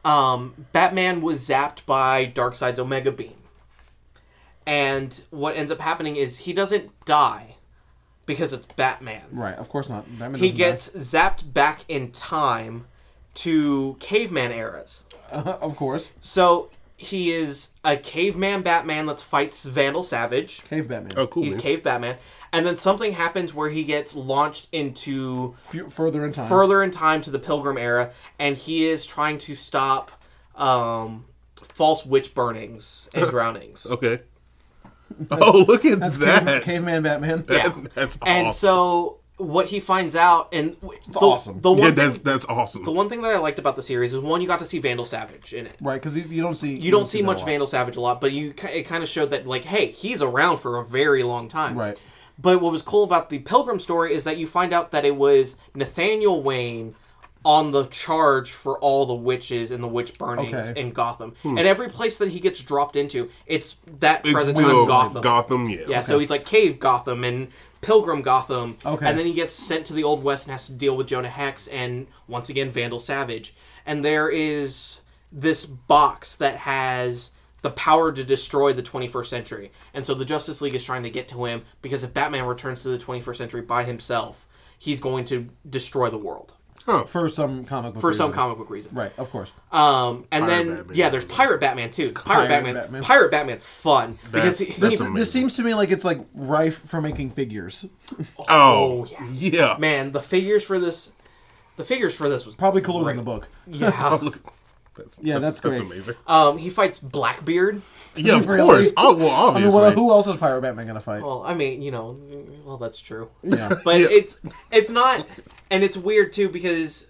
C: um, Batman was zapped by Darkseid's Omega Beam, and what ends up happening is he doesn't die because it's Batman.
A: Right, of course not. Batman
C: He
A: doesn't die.
C: gets zapped back in time to caveman eras.
A: of course
C: So he is a caveman Batman that fights Vandal Savage.
A: cave Batman
B: Oh, cool.
C: He's
B: man.
C: cave Batman, and then something happens where he gets launched into
A: Fu- further in time.
C: further in time to the Pilgrim era, and he is trying to stop um, false witch burnings and drownings.
B: Okay. Oh, look at
A: That's
B: that.
A: cave, caveman Batman.
C: Yeah.
B: That's awesome.
C: And so what he finds out, and w- the,
A: awesome.
C: The one,
B: yeah,
C: thing,
B: that's that's awesome.
C: the one thing that I liked about the series is one, you got to see Vandal Savage in it.
A: Right, because you, you don't see
C: You don't see
A: that a
C: much
A: lot.
C: Vandal Savage a lot, but you ki- it kind of showed that like, hey, he's around for a very long time.
A: Right.
C: But what was cool about the Pilgrim story is that you find out that it was Nathaniel Wayne on the charge for all the witches and the witch burnings
A: Okay. Hmm.
C: in Gotham. And every place that he gets dropped into, it's that
B: it's
C: present
B: still
C: time Gotham.
B: yeah.
C: yeah, so he's like Cave Gotham and Pilgrim Gotham.
A: Okay.
C: And then he gets sent to the Old West and has to deal with Jonah Hex and once again Vandal Savage. And there is this box that has the power to destroy the 21st century. And so the Justice League is trying to get to him because if Batman returns to the 21st century by himself, he's going to destroy the world
A: for some comic book
C: for some
A: reason.
C: comic book reason.
A: right of course
B: Uh,
C: Um, and
B: Pirate
C: then
B: Batman.
C: yeah, there's Pirate Batman too. Pirate,
A: Pirate
C: Batman,
A: Batman.
C: Pirate Batman's fun because
B: That's-
C: he,
B: that's
C: he-
B: amazing.
A: this seems to me like it's like rife for making figures
B: Oh,
C: Oh, yeah.
B: yeah.
C: man, the figures for this, the figures for this was
A: probably cooler than the book
C: yeah.
B: Look, that's,
A: Yeah, that's
B: that's
A: great. Uh,
B: amazing.
C: um, he fights Blackbeard.
B: yeah, of
A: Really?
B: course. Oh, well,
A: I mean,
B: obviously.
A: well, who else is Pirate Batman gonna fight
B: Oh.
C: Well, I mean, you know, well that's true,
A: yeah
C: but
B: Yeah.
C: it's it's not, and it's weird too because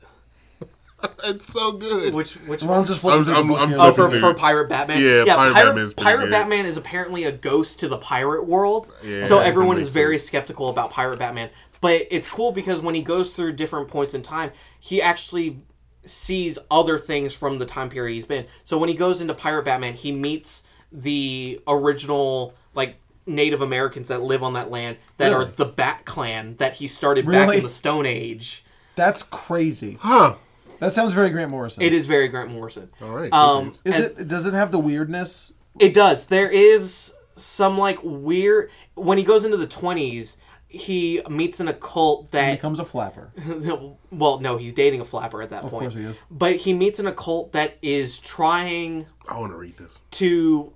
B: it's so good.
C: which which
A: Ron's just flipping
B: I'm-
A: through the
B: I'm-
A: book
B: I'm
A: here.
C: Oh,
B: flipping
C: for,
B: Dude.
C: for Pirate Batman.
B: Yeah, Pirate
C: Pirate,
B: Batman's pretty
C: Pirate
B: good.
C: Batman is apparently a ghost to the pirate world.
B: Yeah,
C: so
B: that
C: everyone is
B: makes
C: very skeptical about Pirate Batman. But it's cool because when he goes through different points in time, he actually sees other things from the time period he's been. So when he goes into Pirate Batman, he meets the original like Native Americans that live on that land that are
A: Really?
C: the Bat Clan that he started back
A: Really?
C: in the Stone Age.
A: that's crazy
B: huh.
A: that sounds very Grant Morrison
C: It is very Grant Morrison.
B: All right.
C: Um,
B: Is
A: is
C: and-
A: it does it have the weirdness
C: It does. There is some like weird when he goes into the twenties. He meets an occult
A: he
C: that
A: becomes a flapper
C: well, no, he's dating a flapper at that point.
A: course he is.
C: But he meets an occult that is trying
B: I want to read this.
C: to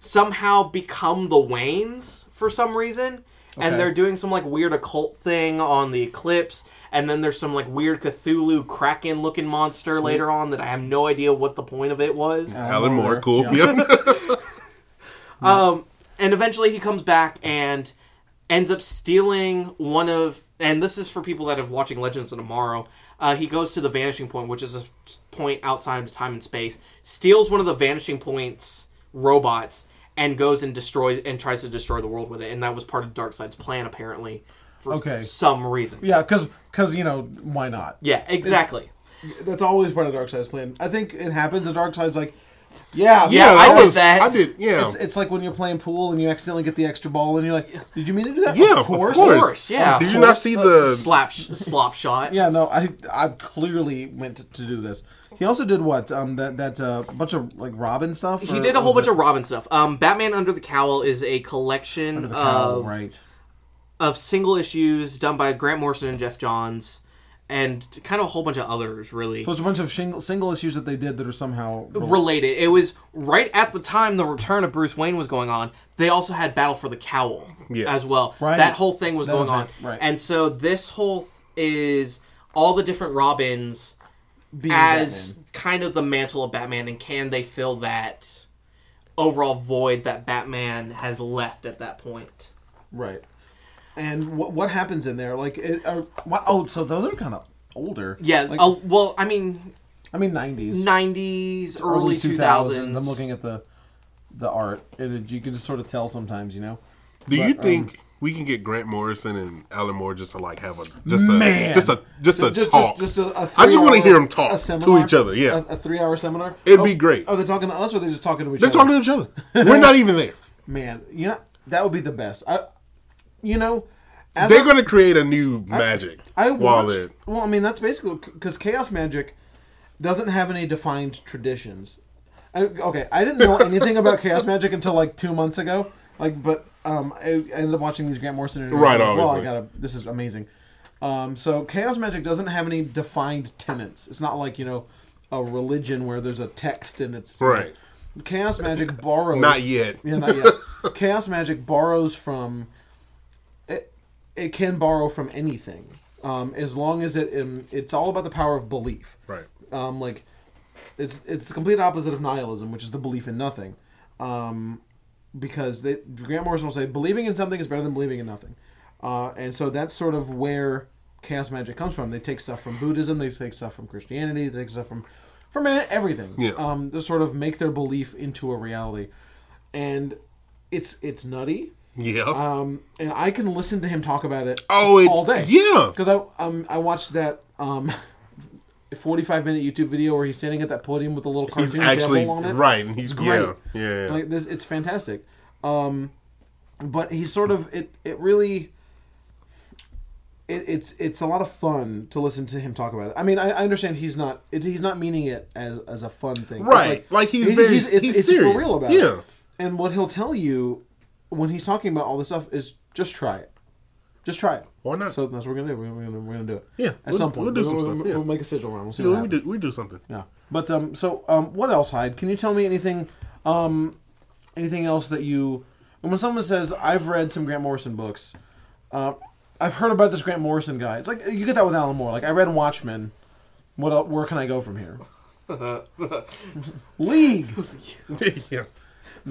C: somehow become the Waynes for some reason.
A: Okay.
C: And they're doing some like weird occult thing on the eclipse, and then there's some like weird Cthulhu kraken looking monster later on that I have no idea what the point of it was.
B: Alan Moore, cool.
A: yeah.
B: Yeah.
C: Um, and eventually he comes back and ends up stealing one of. And this is for people that have watching Legends of Tomorrow. Uh, he goes to the Vanishing Point, which is a point outside of time and space. Steals one of the Vanishing Point's robots and goes and destroys and tries to destroy the world with it. And that was part of Darkseid's plan, apparently, for
A: Okay.
C: some reason.
A: yeah because because you know why not
C: Yeah, exactly.
A: that's always part of Darkseid's plan I think it happens and Darkseid's like yeah
C: Yeah, I did
B: was.
C: that.
B: I did. Yeah.
A: It's, it's like when you're playing pool and you accidentally get the extra ball and you're like, did you mean to do that?
B: yeah, of
A: course.
B: course.
C: Of course, yeah.
B: Did
C: Of
B: you not see the?
C: Slap, sh- slop shot.
A: Yeah, no, I I clearly meant to do this. He also did what? Um, that that uh, bunch of like Robin stuff.
C: He did a whole bunch of Robin stuff. Um, Batman Under the Cowl is a collection
A: of
C: of
A: Oh, right.
C: of single issues done by Grant Morrison and Jeff Johns, and kind of a whole bunch of others, really.
A: So it's a bunch of shingle, single issues that they did that are somehow rel-
C: related. It was right at the time the return of Bruce Wayne was going on. They also had Battle for the Cowl
B: Yeah.
C: as well.
A: Right.
C: That whole thing was
A: That
C: going
A: event,
C: on.
A: right.
C: And so this whole th- is all the different Robins
A: being
C: as
A: Batman.
C: kind of the mantle of Batman, and can they fill that overall void that Batman has left at that point?
A: right. And what what happens in there? Like, it, are, wow, oh, so those are kind of older.
C: Yeah.
A: Like,
C: uh, well, I mean,
A: I mean, nineties,
C: 90s, early 2000s.
A: I'm looking at the the art, and it, you can just sort of tell sometimes, you know.
B: Do you
A: but,
B: think we can get Grant Morrison and Alan Moore just to like have a just a
A: Man.
B: just a just a
A: just,
B: talk?
A: Just, just a, a
B: I just want to
A: three-hour-
B: hear them talk
A: a
B: to
A: seminar?
B: each other. Yeah,
A: a, a three-hour seminar. Oh,
B: It'd be great.
A: Are they talking to us, or are they just talking to each
B: they're
A: other?
B: talking to each other. We're not even there.
A: Man, you know that would be the best. I, you know, as
B: They're going to create a new magic.
A: I
B: while
A: watched.
B: they're-
A: Well, I mean that's basically because chaos magic doesn't have any defined traditions. I, okay, I didn't know anything about chaos magic until like two months ago. Like, but um, I, I ended up watching these Grant Morrison interviews.
B: Right,
A: I'm like, Well, I
B: obviously.
A: gotta. This is amazing. Um, so chaos magic doesn't have any defined tenets. It's not like you know a religion where there's a text and it's
B: Right.
A: Chaos magic borrows.
B: Not yet.
A: Yeah, not yet. Chaos magic borrows from. It, it can borrow from anything, um, as long as it. Um, it's all about the power of belief.
B: Right.
A: Um, like, it's it's the complete opposite of nihilism, which is the belief in nothing. Um, because they, Grant Morrison will say believing in something is better than believing in nothing, uh, and so that's sort of where chaos magic comes from. They take stuff from Buddhism, they take stuff from Christianity, they take stuff from from everything.
B: Yeah.
A: Um, to sort of make their belief into a reality, and it's it's nutty.
B: Yeah.
C: Uh,
A: Um, and I can listen to him talk about it
B: oh, it,
A: all day.
B: Yeah.
A: Because I um I watched that um. 45 minute YouTube video where he's standing at that podium with a little cartoon
B: He's actually
A: devil on it.
B: right. and He's
A: great.
B: yeah, yeah. yeah.
A: Like this, it's fantastic. Um, but he's sort of it. It really. it, it's it's a lot of fun to listen to him talk about it. I mean, I, I understand he's not it, he's not meaning it as as a fun thing, It's
B: Right. Like, he's very- he's serious.
A: for real about
B: Yeah.
A: it. And what he'll tell you when he's talking about all this stuff is just try it, just try it.
B: Why not?
A: So that's what we're gonna do. We're gonna, we're gonna, we're gonna do it.
B: Yeah,
A: at
B: we'll-
A: some point
B: we'll do some
A: we'll,
B: stuff,
A: we'll-
B: yeah.
A: we'll make a sigil around. We'll see
B: You
A: what
B: know, we
A: happens.
B: do we do something.
A: Yeah. But um, so um, what else, Hyde? Can you tell me anything, um, anything else that you? And when someone says I've read some Grant Morrison books, uh, I've heard about this Grant Morrison guy. It's like you get that with Alan Moore. Like I read Watchmen. What el where can I go from here? League.
B: yeah.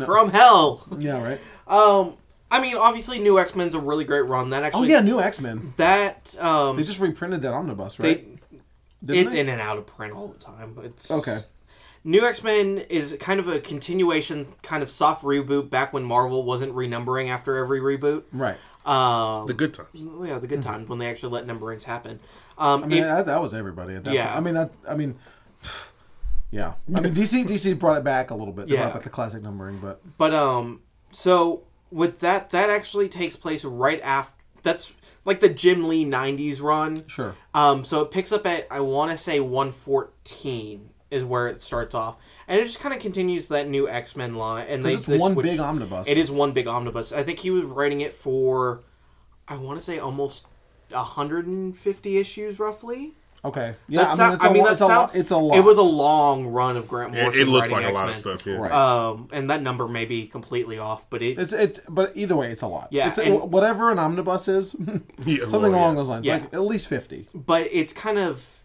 C: From hell.
A: Yeah. Right.
C: Um, I mean, obviously, New X Men's a really great run. That
A: Oh
C: actually,
A: yeah, new X Men.
C: that um,
A: They just reprinted that omnibus,
C: they,
A: right? Didn't
C: it's
A: they?
C: in and out of print all the time. It's
A: Okay.
C: New X Men is kind of a continuation, kind of soft reboot back when Marvel wasn't renumbering after every reboot.
A: Right. Mm-hmm.
C: Um,
B: The good times.
C: yeah, the good times when they actually let numberings happen. Um,
A: I mean,
C: it-
A: that, that was everybody at that.
C: Yeah.
A: Point. I mean, that. I mean, yeah. I mean, DC DC brought it back a little bit. They
C: Yeah.
A: brought back the classic numbering, but
C: But um, so with that, that actually takes place right after. That's like the Jim Lee '90s run.
A: Sure.
C: Um, so it picks up at I want to say 114 is where it starts off, and it just kind of continues that new X Men line. And they,
A: it's
C: they
A: one
C: switch-
A: big omnibus.
C: It is one big omnibus. I think he was writing it for, I want to say almost 150 issues roughly.
A: Okay. Yeah,
C: That
A: I
C: sou-
A: mean, it's a, lot, it's, a
C: that
A: lot,
C: sounds-
A: it's a lot.
C: It was a long run of Grant
B: It,
C: Morrison.
B: it looks like
C: writing
B: a lot of
C: X-Men.
B: stuff. Yeah.
A: Right.
C: Um, and that number may be completely off, but it
A: it's it's but either way, it's a lot.
C: Yeah,
A: It's,
C: and-
A: whatever an omnibus is,
B: Yeah, well,
A: something along
B: yeah.
A: those lines.
C: Yeah.
A: Like at least fifty.
C: but it's kind of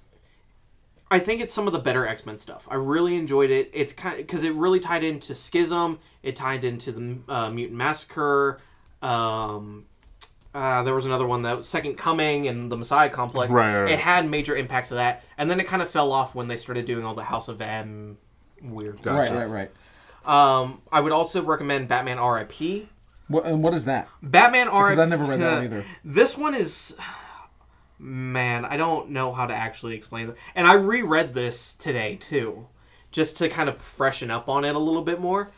C: I think it's some of the better X Men stuff. I really enjoyed it. It's kind because it really tied into Schism. It tied into the uh, Mutant Massacre. Um, uh, there was another one that was Second Coming and the Messiah Complex.
B: Right, right, right.
C: It had major impacts of that, and then it kind of fell off when they started doing all the House of M weird.
A: Right,
B: Gotcha.
A: right, right.
C: Um, I would also recommend Batman R.I.P.
A: What and what is that?
C: Batman R.
A: Because I never read that one either.
C: This one is, man, I don't know how to actually explain it. And I reread this today too, just to kind of freshen up on it a little bit more.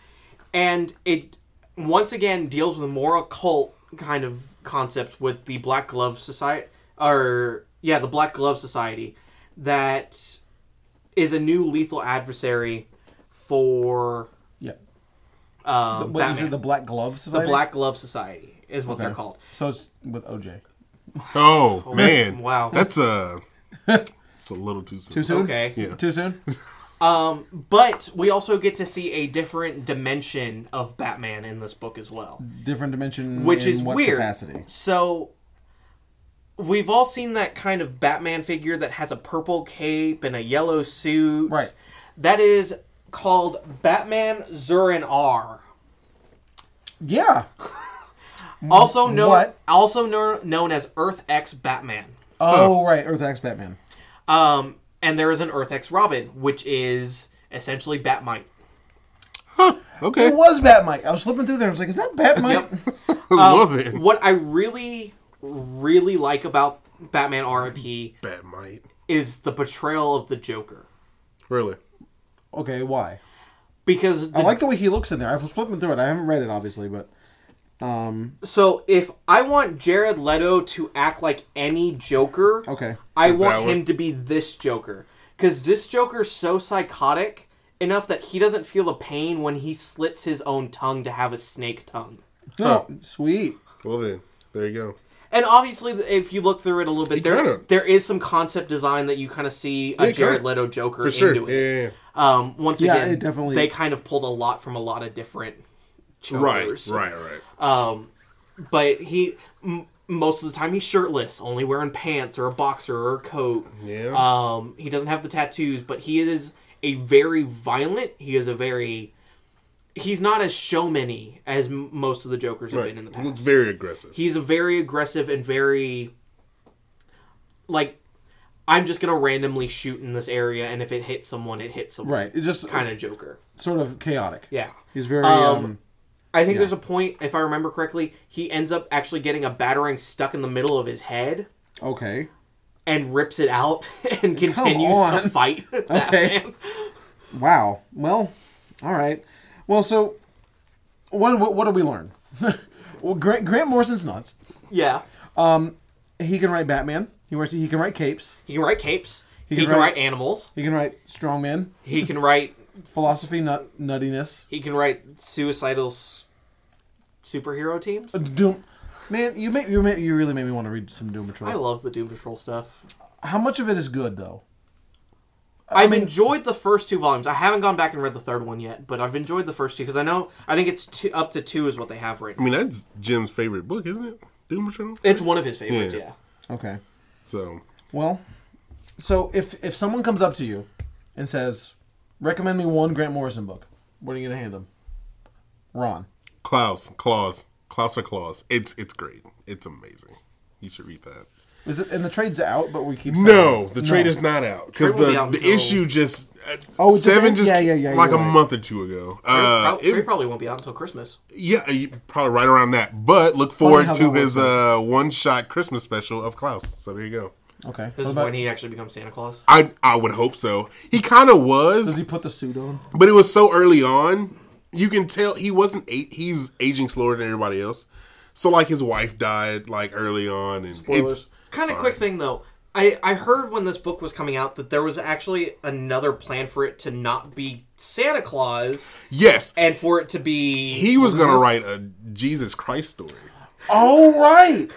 C: And it once again deals with more occult kind of concepts with the Black Glove Society, or yeah, the Black Glove Society, that is a new lethal adversary for
A: Yeah.
C: um,
A: What is
C: Batman.
A: it? The Black Glove
C: the
A: Society.
C: Black Glove Society is what
A: Okay.
C: they're called.
A: So it's with OJ.
B: Oh, man.
C: wow.
B: That's a. It's a little too soon.
A: Too soon.
C: Okay.
B: Yeah.
A: Too soon.
C: But we also get to see a different dimension of Batman in this book as well,
A: Different dimension.
C: which
A: in
C: is
A: what
C: weird.
A: Capacity.
C: So we've all seen that kind of Batman figure that has a purple cape and a yellow suit.
A: Right.
C: That is called Batman Zurin R.
A: Yeah.
C: Also known
A: Mm, What?
C: also known, known as Earth X Batman.
A: Oh, right. Earth X Batman.
C: Um and there is an Earth X Robin, which is essentially Batmite.
B: Okay.
A: It was Batmite. I was flipping through there. I was like, is that Batmite?
B: I love it.
C: What I really really like about Batman RIP
B: Bat might.
C: is the portrayal of the Joker
B: Really?
A: Okay. Why?
C: because the,
A: I like the way he looks in there. I was flipping through it. I haven't read it obviously, but
C: so if I want Jared Leto to act like any Joker,
A: okay.
C: I
B: Is that
C: want
B: what-
C: him to be this Joker because this Joker's so psychotic enough that he doesn't feel the pain when he slits his own tongue to have a snake tongue.
A: No, sweet.
B: Well then, there you go.
C: And obviously, if you look through it a little bit, there
B: kinda-
C: there is some concept design that you kind of see a
B: Yeah,
C: Jared
B: kinda.
C: Leto Joker
B: For
C: into
B: sure.
C: it.
B: Yeah, yeah, yeah.
C: Um, once
A: Yeah,
C: again,
A: it definitely-
C: they kind of pulled a lot from a lot of different
B: Right.
C: Jokers.
B: Right. Right.
C: but he m- most of the time he's shirtless, only wearing pants or a boxer or a coat.
B: Yeah.
C: Um, he doesn't have the tattoos, but he is a very violent. He is a very he's not as showmany as m- most of the Jokers have
B: right.
C: been in the
B: Looks
C: past.
B: very aggressive.
C: He's a very aggressive and very like I'm just gonna randomly shoot in this area, and if it hits someone, it hits someone.
A: Right. It's just
C: Kind of Joker.
A: sort of chaotic.
C: Yeah.
A: He's very.
C: Um,
A: Um,
C: I think there's a point, if I remember correctly, he ends up actually getting a battering stuck in the middle of his head
A: okay.
C: and rips it out and continues to
A: on.
C: fight that
A: Okay.
C: man.
A: Wow. Well, all right. Well, so what what, what do we learn? well, Grant, Grant Morrison's nuts.
C: Yeah.
A: He- he can write Batman. He writes. He can write capes.
C: He can write capes. He,
A: can
C: can write,
A: write-
C: animals.
A: He can write strongman.
C: He can write.
A: Philosophy nut nuttiness.
C: He can write suicidal s- superhero teams.
A: Doom. Man, you make you make, you really made me want to read some Doom Patrol.
C: I love the Doom Patrol stuff.
A: How much of it is good though?
C: I've enjoyed the first two volumes. I haven't gone back and read the third one yet, but I've enjoyed the first two because I know I think it's two, up to two is what they have right
B: I
C: now.
B: mean, that's Jim's favorite book, isn't it? Doom Patrol.
C: It's one of his favorites.
B: Yeah.
C: Yeah.
A: Okay.
B: So
A: Well, so if if someone comes up to you and says, "Recommend me one Grant Morrison book," what are you gonna hand them? Ron.
B: Klaus, Claus, Klaus or Claus. It's it's great. It's amazing. You should read that.
A: Is it and the trade's out, but we keep
B: No, the trade
A: No.
B: is not out because
C: Trade will be
B: the,
C: out
B: the
C: until-
B: issue just uh,
A: Oh, it just
B: seven
A: end-
B: just
A: yeah, yeah, yeah,
B: like a
A: you're right.
B: month or two ago. Uh,
C: Prob-
B: it-
C: Trey probably won't be out until Christmas.
B: yeah, you- probably right around that. But look
A: how
B: forward
A: that
B: to
A: works
B: his uh, one shot Christmas special of Klaus. So there you go.
A: Okay.
C: This
A: What
C: is
A: about-
C: when he actually becomes Santa Claus.
B: I I would hope so. He kind of
A: does
B: was,
A: he put the suit on?
B: but it was so early on. You can tell he wasn't. A- he's aging slower than everybody else. So like his wife died like early on, and it's
A: Spoilers.
C: Kind of quick thing though. I, I heard when this book was coming out that there was actually another plan for it to not be Santa Claus
B: yes,
C: and for it to be
B: he was
C: what is
B: gonna
C: this?
B: write a Jesus Christ story.
A: Oh right.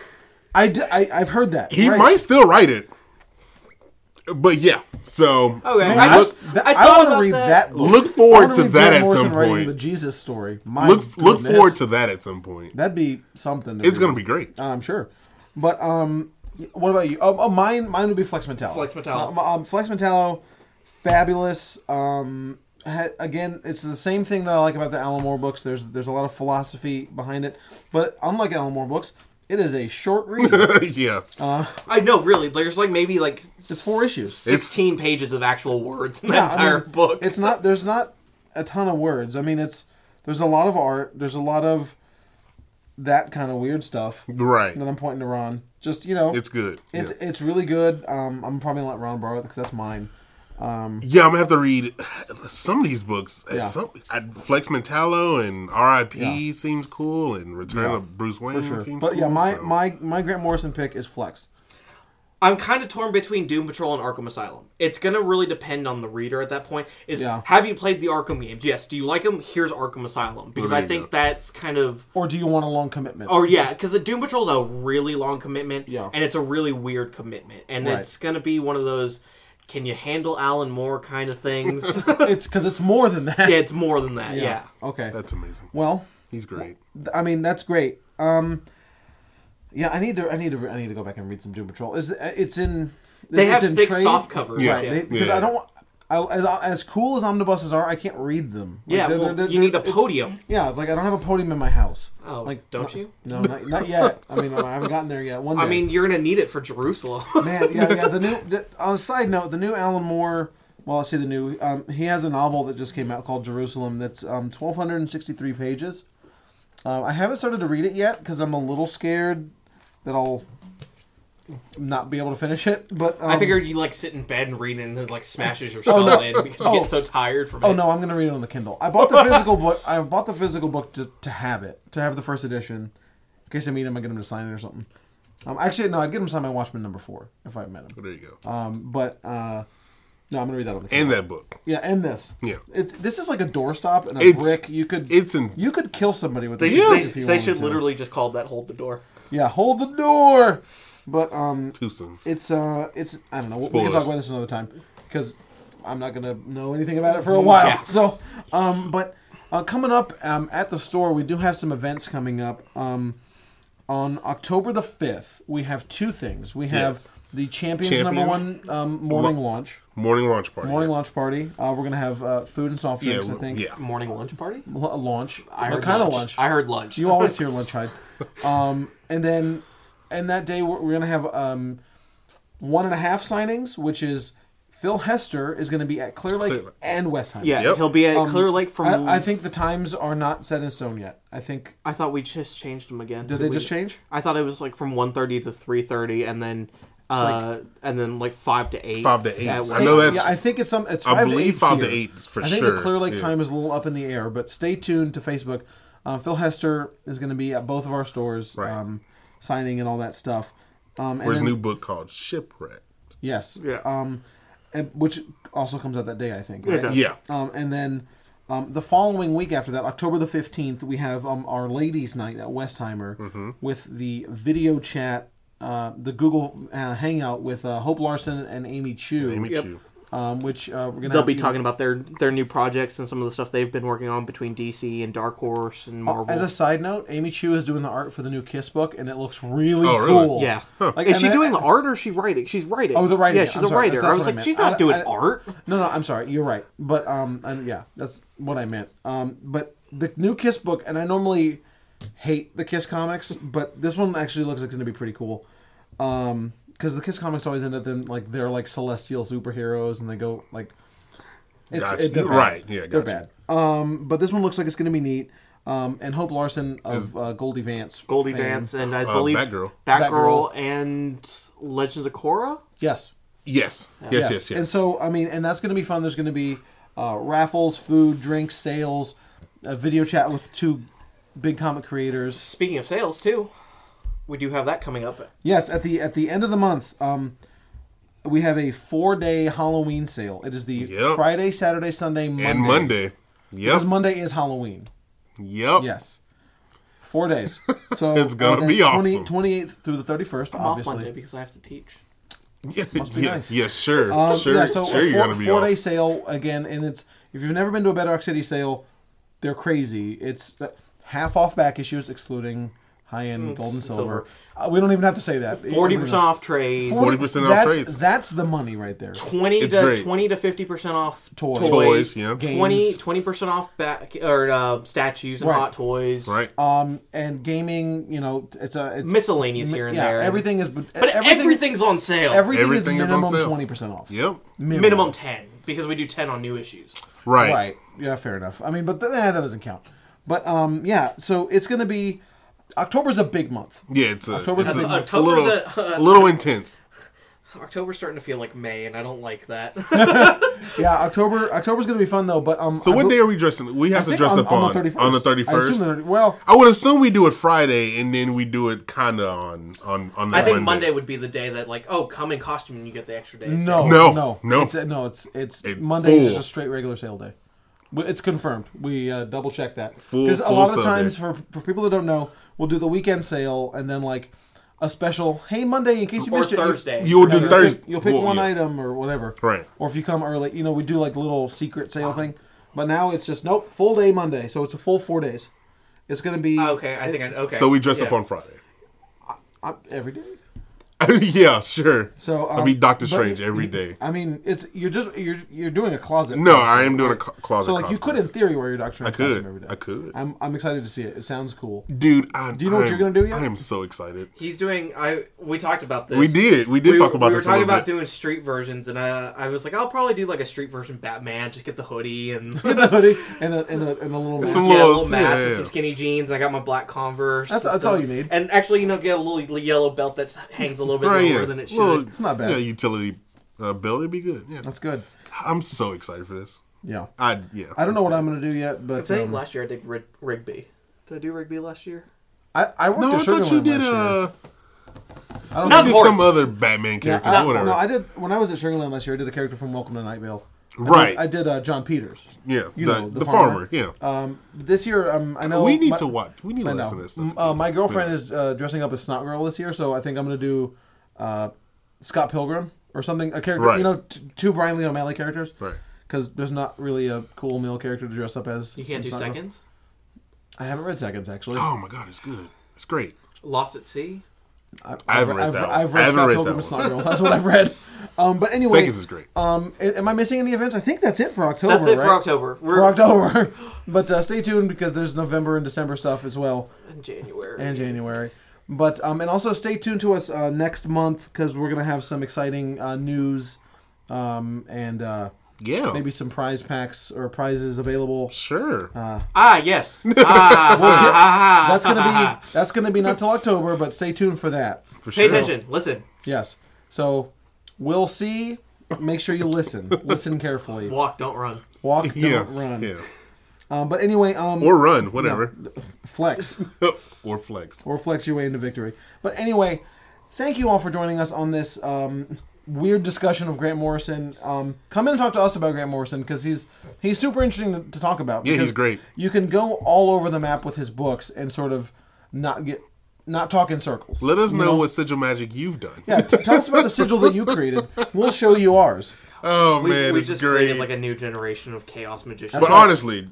A: I, d- I have heard that.
B: He
A: Right.
B: might still write it, but yeah. So
C: Okay,
B: look,
C: I
A: I,
C: just-
B: look,
A: that-
C: I
A: I,
C: thought
A: want to
C: about
A: read
C: that.
A: that. book.
B: Look forward
A: I wanna
B: to
A: read
B: that
A: Grant
B: at
A: Morrison
B: some
A: writing
B: point.
A: The Jesus story. My
B: look
A: goodness.
B: forward to that at some point.
A: That'd be something.
B: It's gonna be great.
A: I'm Um, sure. But um, what about you? Oh, oh mine, mine would be Flex Metallo.
C: Flex Metallo.
A: Um, um, Flex Metallo, fabulous. Um, ha- again, it's the same thing that I like about the Alan Moore books. There's there's a lot of philosophy behind it, but unlike Alan Moore books, it is a short read.
B: yeah,
A: uh,
C: I know really there's like maybe like
A: it's four issues.
C: sixteen pages of actual words in the
A: Yeah, I
C: entire
A: mean,
C: book.
A: It's not there's not a ton of words. I mean, it's there's a lot of art. There's a lot of that kind of weird stuff
B: right.
A: that I'm pointing to Ron. Just you know,
B: It's good.
A: It's,
B: yeah.
A: it's really good. Um, I'm probably gonna let Ron borrow it because that's mine.
B: Yeah, I'm gonna have to read some of these books. At
A: Yeah.
B: some, I, Flex Metallo and R.I.P. seems cool, and Return of Bruce Wayne
A: Sure.
B: seems
A: But
B: cool.
A: yeah, my,
B: so-
A: my my Grant Morrison pick is Flex.
C: I'm kind of torn between Doom Patrol and Arkham Asylum. It's gonna really depend on the reader at that point. Is
A: Yeah.
C: have you played the Arkham games? Yes. Do you like them? Here's Arkham Asylum because
B: there
C: I
B: you
C: think
B: go.
C: that's kind of
A: Or do you want a long commitment?
C: Or yeah, because the Doom Patrol's a really long commitment,
A: Yeah.
C: and it's a really weird commitment, and
A: Right.
C: it's gonna be one of those can you handle Alan Moore kind of things. yeah,
A: it's because it's more than that.
C: it's more than that. Yeah.
A: Okay.
B: that's amazing.
A: Well,
B: He's great.
A: th- I mean that's great. Um, yeah, I need to I need to I need to go back and read some Doom Patrol. Is uh, it's in
C: They
A: it's
C: have
A: in
C: thick
A: trade?
C: soft covers. Yeah,
A: right?
C: yeah.
A: they- Because
B: Yeah.
A: I don't. want- I, as, as cool as omnibuses are, I can't read them. Like,
C: Yeah,
A: they're-
C: well,
A: they're- they're-
C: you need a
A: it's-
C: podium.
A: Yeah, it's like I don't have a podium in my house.
C: Oh,
A: like
C: don't
A: not-
C: you?
A: No, not, not yet. I mean, I haven't gotten there yet. One day.
C: I mean, you're gonna need it for Jerusalem.
A: Man, yeah, yeah. The new. The, on a side note, the new Alan Moore. Well, I see the new. Um, he has a novel that just came out called Jerusalem. That's um, twelve hundred and sixty-three pages. Uh, I haven't started to read it yet because I'm a little scared that I'll not be able to finish it. But um,
C: I figured you like sit in bed and read it and it like smashes your skull in because you get so tired from it.
A: Oh no, I'm gonna read it on the Kindle. I bought the physical book. I bought the physical book to, to have it, to have the first edition. In case I meet him, I get him to sign it or something. Um, actually, no, I'd get him to sign my Watchmen number four if I met him.
B: There you go.
A: Um, but uh, no, I'm gonna read that on the Kindle.
B: and that book.
A: yeah, and this.
B: Yeah.
A: it's this is like a doorstop and a
B: It's-
A: brick. You could
B: It's in.
A: you could kill somebody with
C: They,
A: this
C: should-
A: book
C: they,
A: if you
C: they
A: wanted
C: should
A: to.
C: literally just call that "Hold the Door."
A: yeah hold the door. But um,
B: Too soon.
A: it's uh, it's I don't know. We
B: Spoilers.
A: can talk about this another time because I'm not gonna know anything about it
B: Mm.
A: for a while.
C: Yeah.
A: So, um, but uh, coming up um, at the store, we do have some events coming up. Um, on October the fifth, we have two things. We have
B: Yes.
A: the champions, number
B: Champions.
A: one um, morning launch,
B: Morning launch party.
A: morning
B: yes.
A: launch party. Uh, we're gonna have uh, food and soft
B: Yeah,
A: drinks. I
B: well,
A: think.
B: yeah.
C: Morning lunch party.
A: L- launch.
C: I
A: what
C: heard
A: kind
C: lunch.
A: of lunch?
C: I heard lunch.
A: You always hear lunch hype. Um, and then, and that day we're, we're gonna have um, one and a half signings, which is Phil Hester is gonna be at Clear Lake
B: Clear-
A: and Westheim.
C: yeah,
B: Yep.
C: he'll be at Clear Lake from.
A: Um, I, I think the times are not set in stone yet. I think
C: I thought we just changed them again.
A: did they just change?
C: I thought it was like from 1.30 to 3.30 and then uh, and then like 5 to 8.
B: 5 to 8. I
C: At
B: know
C: Westheim.
B: that's-
A: yeah. I think it's some. It's
B: I
A: five to
B: believe
A: eight
B: five to
A: here.
B: eight is for
A: I think
B: sure,
A: the Clear Lake
B: yeah.
A: time is a little up in the air, but stay tuned to Facebook. Uh, Phil Hester is going to be at both of our stores,
B: Right.
A: um, signing and all that stuff. Um, and
B: for his
A: then-
B: new book called Shipwreck.
A: Yes.
C: Yeah.
A: Um, and which also comes out that day, I think.
C: It
A: Right?
C: does.
B: Yeah.
A: Um, and then um, the following week after that, October the fifteenth, we have um, our ladies' night at Westheimer
B: Mm-hmm.
A: with the video chat, uh, the Google uh, Hangout with uh, Hope Larson and Amy Chu.
B: Amy
C: Yep.
B: Chu.
A: Um, which uh, we're gonna
C: They'll
A: have
C: be
A: you-
C: talking about their their new projects and some of the stuff they've been working on between DC and Dark Horse and Marvel.
A: Oh, As a side note, Amy Chu is doing the art for the new Kiss book, and it looks really
B: Oh, really?
A: cool.
C: yeah.
A: Like,
C: is she
A: and
C: doing
A: I-
C: the art or is she writing? She's writing.
A: Oh, the writing.
C: Yeah,
A: it.
C: she's
A: I'm
C: a
A: sorry.
C: writer.
A: That's
C: I was
A: what
C: like,
A: meant.
C: she's not
A: I-
C: doing
A: I-
C: art.
A: No, no, I'm sorry. You're right. But um, and yeah, that's what I meant. Um, but the new Kiss book, and I normally hate the Kiss comics, but this one actually looks like it's gonna be pretty cool. Um, because the Kiss comics always end up in like they're like celestial superheroes, and they go like. It's,
B: Gotcha.
A: they're
B: You're
A: bad.
B: right. Yeah,
A: they're
B: gotcha.
A: bad. Um, but this one looks like it's gonna be neat. Um, and Hope Larson of uh, Goldie Vance.
C: Goldie
A: fame.
C: Vance and I believe
B: Uh, Batgirl.
A: Batgirl.
C: Batgirl and Legends of Korra.
A: Yes.
B: Yes. Yes, yes, yes.
A: And so, I mean, and that's going to be fun. There's going to be uh, raffles, food, drinks, sales, a video chat with two big comic creators.
C: Speaking of sales, too, we do have that coming up.
A: Yes, at the at the end of the month, um, we have a four day Halloween sale. It is the
B: Yep.
A: Friday, Saturday, Sunday, Monday.
B: And Monday. Yep.
A: Because Monday is Halloween.
B: Yep.
A: Yes. Four days. So uh,
B: It's gonna
A: that's
B: be awesome.
A: 28th through the 31st,
C: I'm off Monday
A: obviously.
C: because I have to teach.
B: Yeah,
A: be
B: yeah,
A: nice.
B: yeah, sure.
A: Um,
B: sure.
A: yeah, so
B: sure
A: a
B: you're
A: four,
B: going to be
A: four
B: off.
A: day sale again, and it's if you've never been to a Bedrock City sale, they're crazy. It's uh, half off back issues, excluding high end gold and
C: silver.
A: silver. Uh, we don't even have to say that.
C: Mm, Forty percent off trades.
B: 40% off
A: that's,
B: trades.
A: That's the money right there.
C: Twenty
B: It's
C: to
B: great.
C: twenty to fifty percent off
A: Toys.
B: Toys, yeah.
A: Games.
C: 20 percent off back or uh, statues and
A: Right.
C: hot toys.
B: Right.
A: Um, and gaming, you know, it's a it's,
C: Miscellaneous here and
A: yeah,
C: there.
A: everything is, but
C: But everything's on sale.
A: everything,
B: Everything is
A: is
B: on
A: minimum
B: sale.
A: twenty percent off.
B: yep.
C: minimum ten because we do ten on new issues.
B: Right.
A: Right. Yeah, fair enough. I mean, but th- eh, that doesn't count. But um, yeah. So it's gonna be October's a big month.
B: Yeah, it's a,
A: October's
B: it's
A: a-
B: a, it's a
C: October's
B: little,
C: a- uh,
B: a little intense.
C: October's starting to feel like May, and I don't like that.
A: Yeah, October. October's gonna be fun though. But um,
B: So what day are we dressing? We have to dress up on on the thirty
A: I assume the
B: first.
A: 30 well,
B: I would assume we do it Friday and then we do it kind of on on on the
C: I think Monday would be the day that like, oh, come in costume and you get the extra day.
A: no,
B: No,
A: no, no,
B: no.
A: It's, uh, no, it's it's
B: It-
A: Monday is just
B: full.
A: a straight regular sale day. We- It's confirmed. We uh, double check that
B: Full-
A: because a
B: full
A: lot of
B: sale
A: times for for people that don't know, we'll do the weekend sale and then like a special. Hey, Monday in case you
C: or
A: missed
C: Thursday.
A: it.
B: You will
A: you-
B: do
A: you'll
B: Thursday.
A: pick- You'll pick
B: Well,
A: one
B: yeah.
A: item or whatever.
B: Right.
A: Or if you come early, you know we do like little secret sale thing. But now it's just nope, full day Monday. So it's a full four days. It's gonna be
C: Okay, I think I okay.
B: So we dress
C: yeah.
B: up on Friday.
A: uh, every day.
B: yeah, sure.
A: So um,
B: I'll be Doctor
A: but
B: Strange
A: you-
B: every
A: you-
B: day.
A: I mean, it's you're just you're you're doing a closet.
B: No, I am doing a co- closet.
A: So like you
B: cosplay.
A: could in theory wear your Doctor Strange
B: I could.
A: costume every day.
B: I could.
A: I'm I'm excited to see it. It sounds cool.
B: dude. I, do
A: you know what you're gonna do yet?
B: I am so excited.
C: He's doing. I we talked about this.
B: We did. We did
C: we,
B: talk about
C: we were
B: this.
C: talking
B: a little
C: about
B: bit.
C: doing street versions, and I, I was like, I'll probably do like a street version Batman. Just get the hoodie and
A: and a hoodie and a and a, and a little.
B: Some
A: mask.
C: yeah, a
B: little-
C: little mask
B: yeah,
C: and
B: yeah.
C: some skinny jeans. I got my black Converse.
A: That's-
C: and
A: that's all
C: stuff.
A: you need.
C: And actually, you know, get a little yellow belt that hangs a little bit
B: Right,
C: lower
B: yeah.
C: than it should.
B: Well,
A: It's not bad.
B: Yeah, utility uh, bill. It'd be good. Yeah,
A: That's good.
B: I'm so excited for this.
A: Yeah.
B: I yeah.
A: I don't know what I'm gonna do yet,
C: I
A: but
C: think
A: um,
C: last year I did Rig- Rigby. Did I do Rigby last year?
A: I I worked
B: No,
A: at
B: I thought you
A: Sugarland
B: did.
A: last year.
B: Uh,
A: I don't
B: you
C: Not
B: did
C: Morty.
B: some other Batman
A: Yeah,
B: character.
A: I,
B: whatever.
A: no, I did when I was at Sugarland last year. I did a character from Welcome to Night Vale. I did-
B: Right.
A: I did, uh, John Peters.
B: yeah,
A: you
B: the,
A: know, the
B: the farmer.
A: farmer.
B: Yeah,
A: Um, this year, um, I know
B: we need
A: my-
B: to watch. We need to
A: I know.
B: listen to this stuff.
A: M- Uh, my girlfriend is uh, dressing up as Snot Girl this year, so I think I'm gonna do uh, Scott Pilgrim or something. A character,
B: Right.
A: you know, t- two Brian Lee O'Malley characters.
B: Right.
A: Because there's not really a cool male character to dress up as.
C: You can't
A: in
C: do
A: Snot Girl.
C: seconds.
A: I haven't read seconds actually.
B: Oh my god, it's good. It's great.
C: Lost at sea.
B: I haven't read
A: I've,
B: that. one.
A: I've read
B: I haven't
A: Scott
B: read
A: Pilgrim
B: that
A: and
B: one.
A: Snot Girl. That's what I've read. Um, but anyway,
B: Seconds is great.
A: Um, a- am I missing any events? I think that's it for October.
C: That's it
A: right?
C: for October. We're
A: For October. but uh, stay tuned because there's November and December stuff as well.
C: in January.
A: and January. But um, and also stay tuned to us uh, next month because we're gonna have some exciting uh, news, um, and uh,
B: Yeah,
A: maybe some prize packs or prizes available.
B: sure.
A: Uh,
C: ah yes. Ah, ah, ah,
A: That's gonna be that's gonna be not till October, but stay tuned for that.
B: for
C: Pay
B: sure.
C: attention. Listen.
A: Yes. So we'll see. Make sure you listen. Listen carefully.
C: Walk. Don't run.
A: Walk,
B: Yeah,
A: don't run.
B: yeah,
A: Um, but anyway, um,
B: or run, whatever,
A: flex
B: or flex.
A: or flex your way into victory. But anyway, thank you all for joining us on this um, weird discussion of Grant Morrison. Um, come in and talk to us about Grant Morrison because he's he's super interesting to, to talk about.
B: Yeah, he's
A: because
B: great.
A: You can go all over the map with his books and sort of not get not talk in circles.
B: Let us know, what sigil magic you've done.
A: Yeah, t- tell us about the sigil that you created. We'll show you ours.
B: Oh
C: We,
B: man,
C: we
B: it's
C: just
B: great.
C: created like a new generation of chaos magicians.
B: but
A: right.
B: honestly,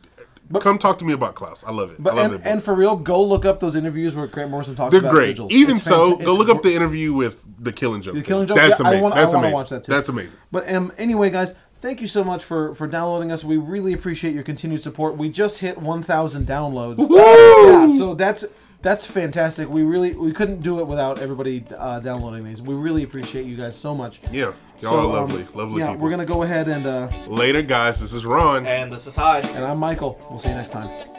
B: come talk to me about Klaus. I love it.
A: But
B: I love
A: and,
B: it.
A: and for real, go look up those interviews where Grant Morrison talks
B: They're
A: about
B: great.
A: sigils.
B: Even
A: It's
B: so,
A: fanta-
B: go
A: it's
B: look up
A: gr-
B: the interview with the Killing Joke.
A: The Killing Joke.
B: That's
A: yeah,
B: amazing.
A: I want,
B: That's
A: I want
B: amazing.
A: to watch that too.
B: That's amazing.
A: But um, anyway, guys, thank you so much for for downloading us. We really appreciate your continued support. We just hit 1,000 downloads. Yeah, so that's that's fantastic. We really we couldn't do it without everybody uh, downloading these. We really appreciate you guys so much.
B: Yeah, y'all
A: So,
B: are
A: um,
B: lovely, lovely
A: yeah,
B: people.
A: we're gonna go ahead and uh,
B: Later, guys. This is Ron.
C: and this is Hyde.
A: and I'm Michael. We'll see you next time.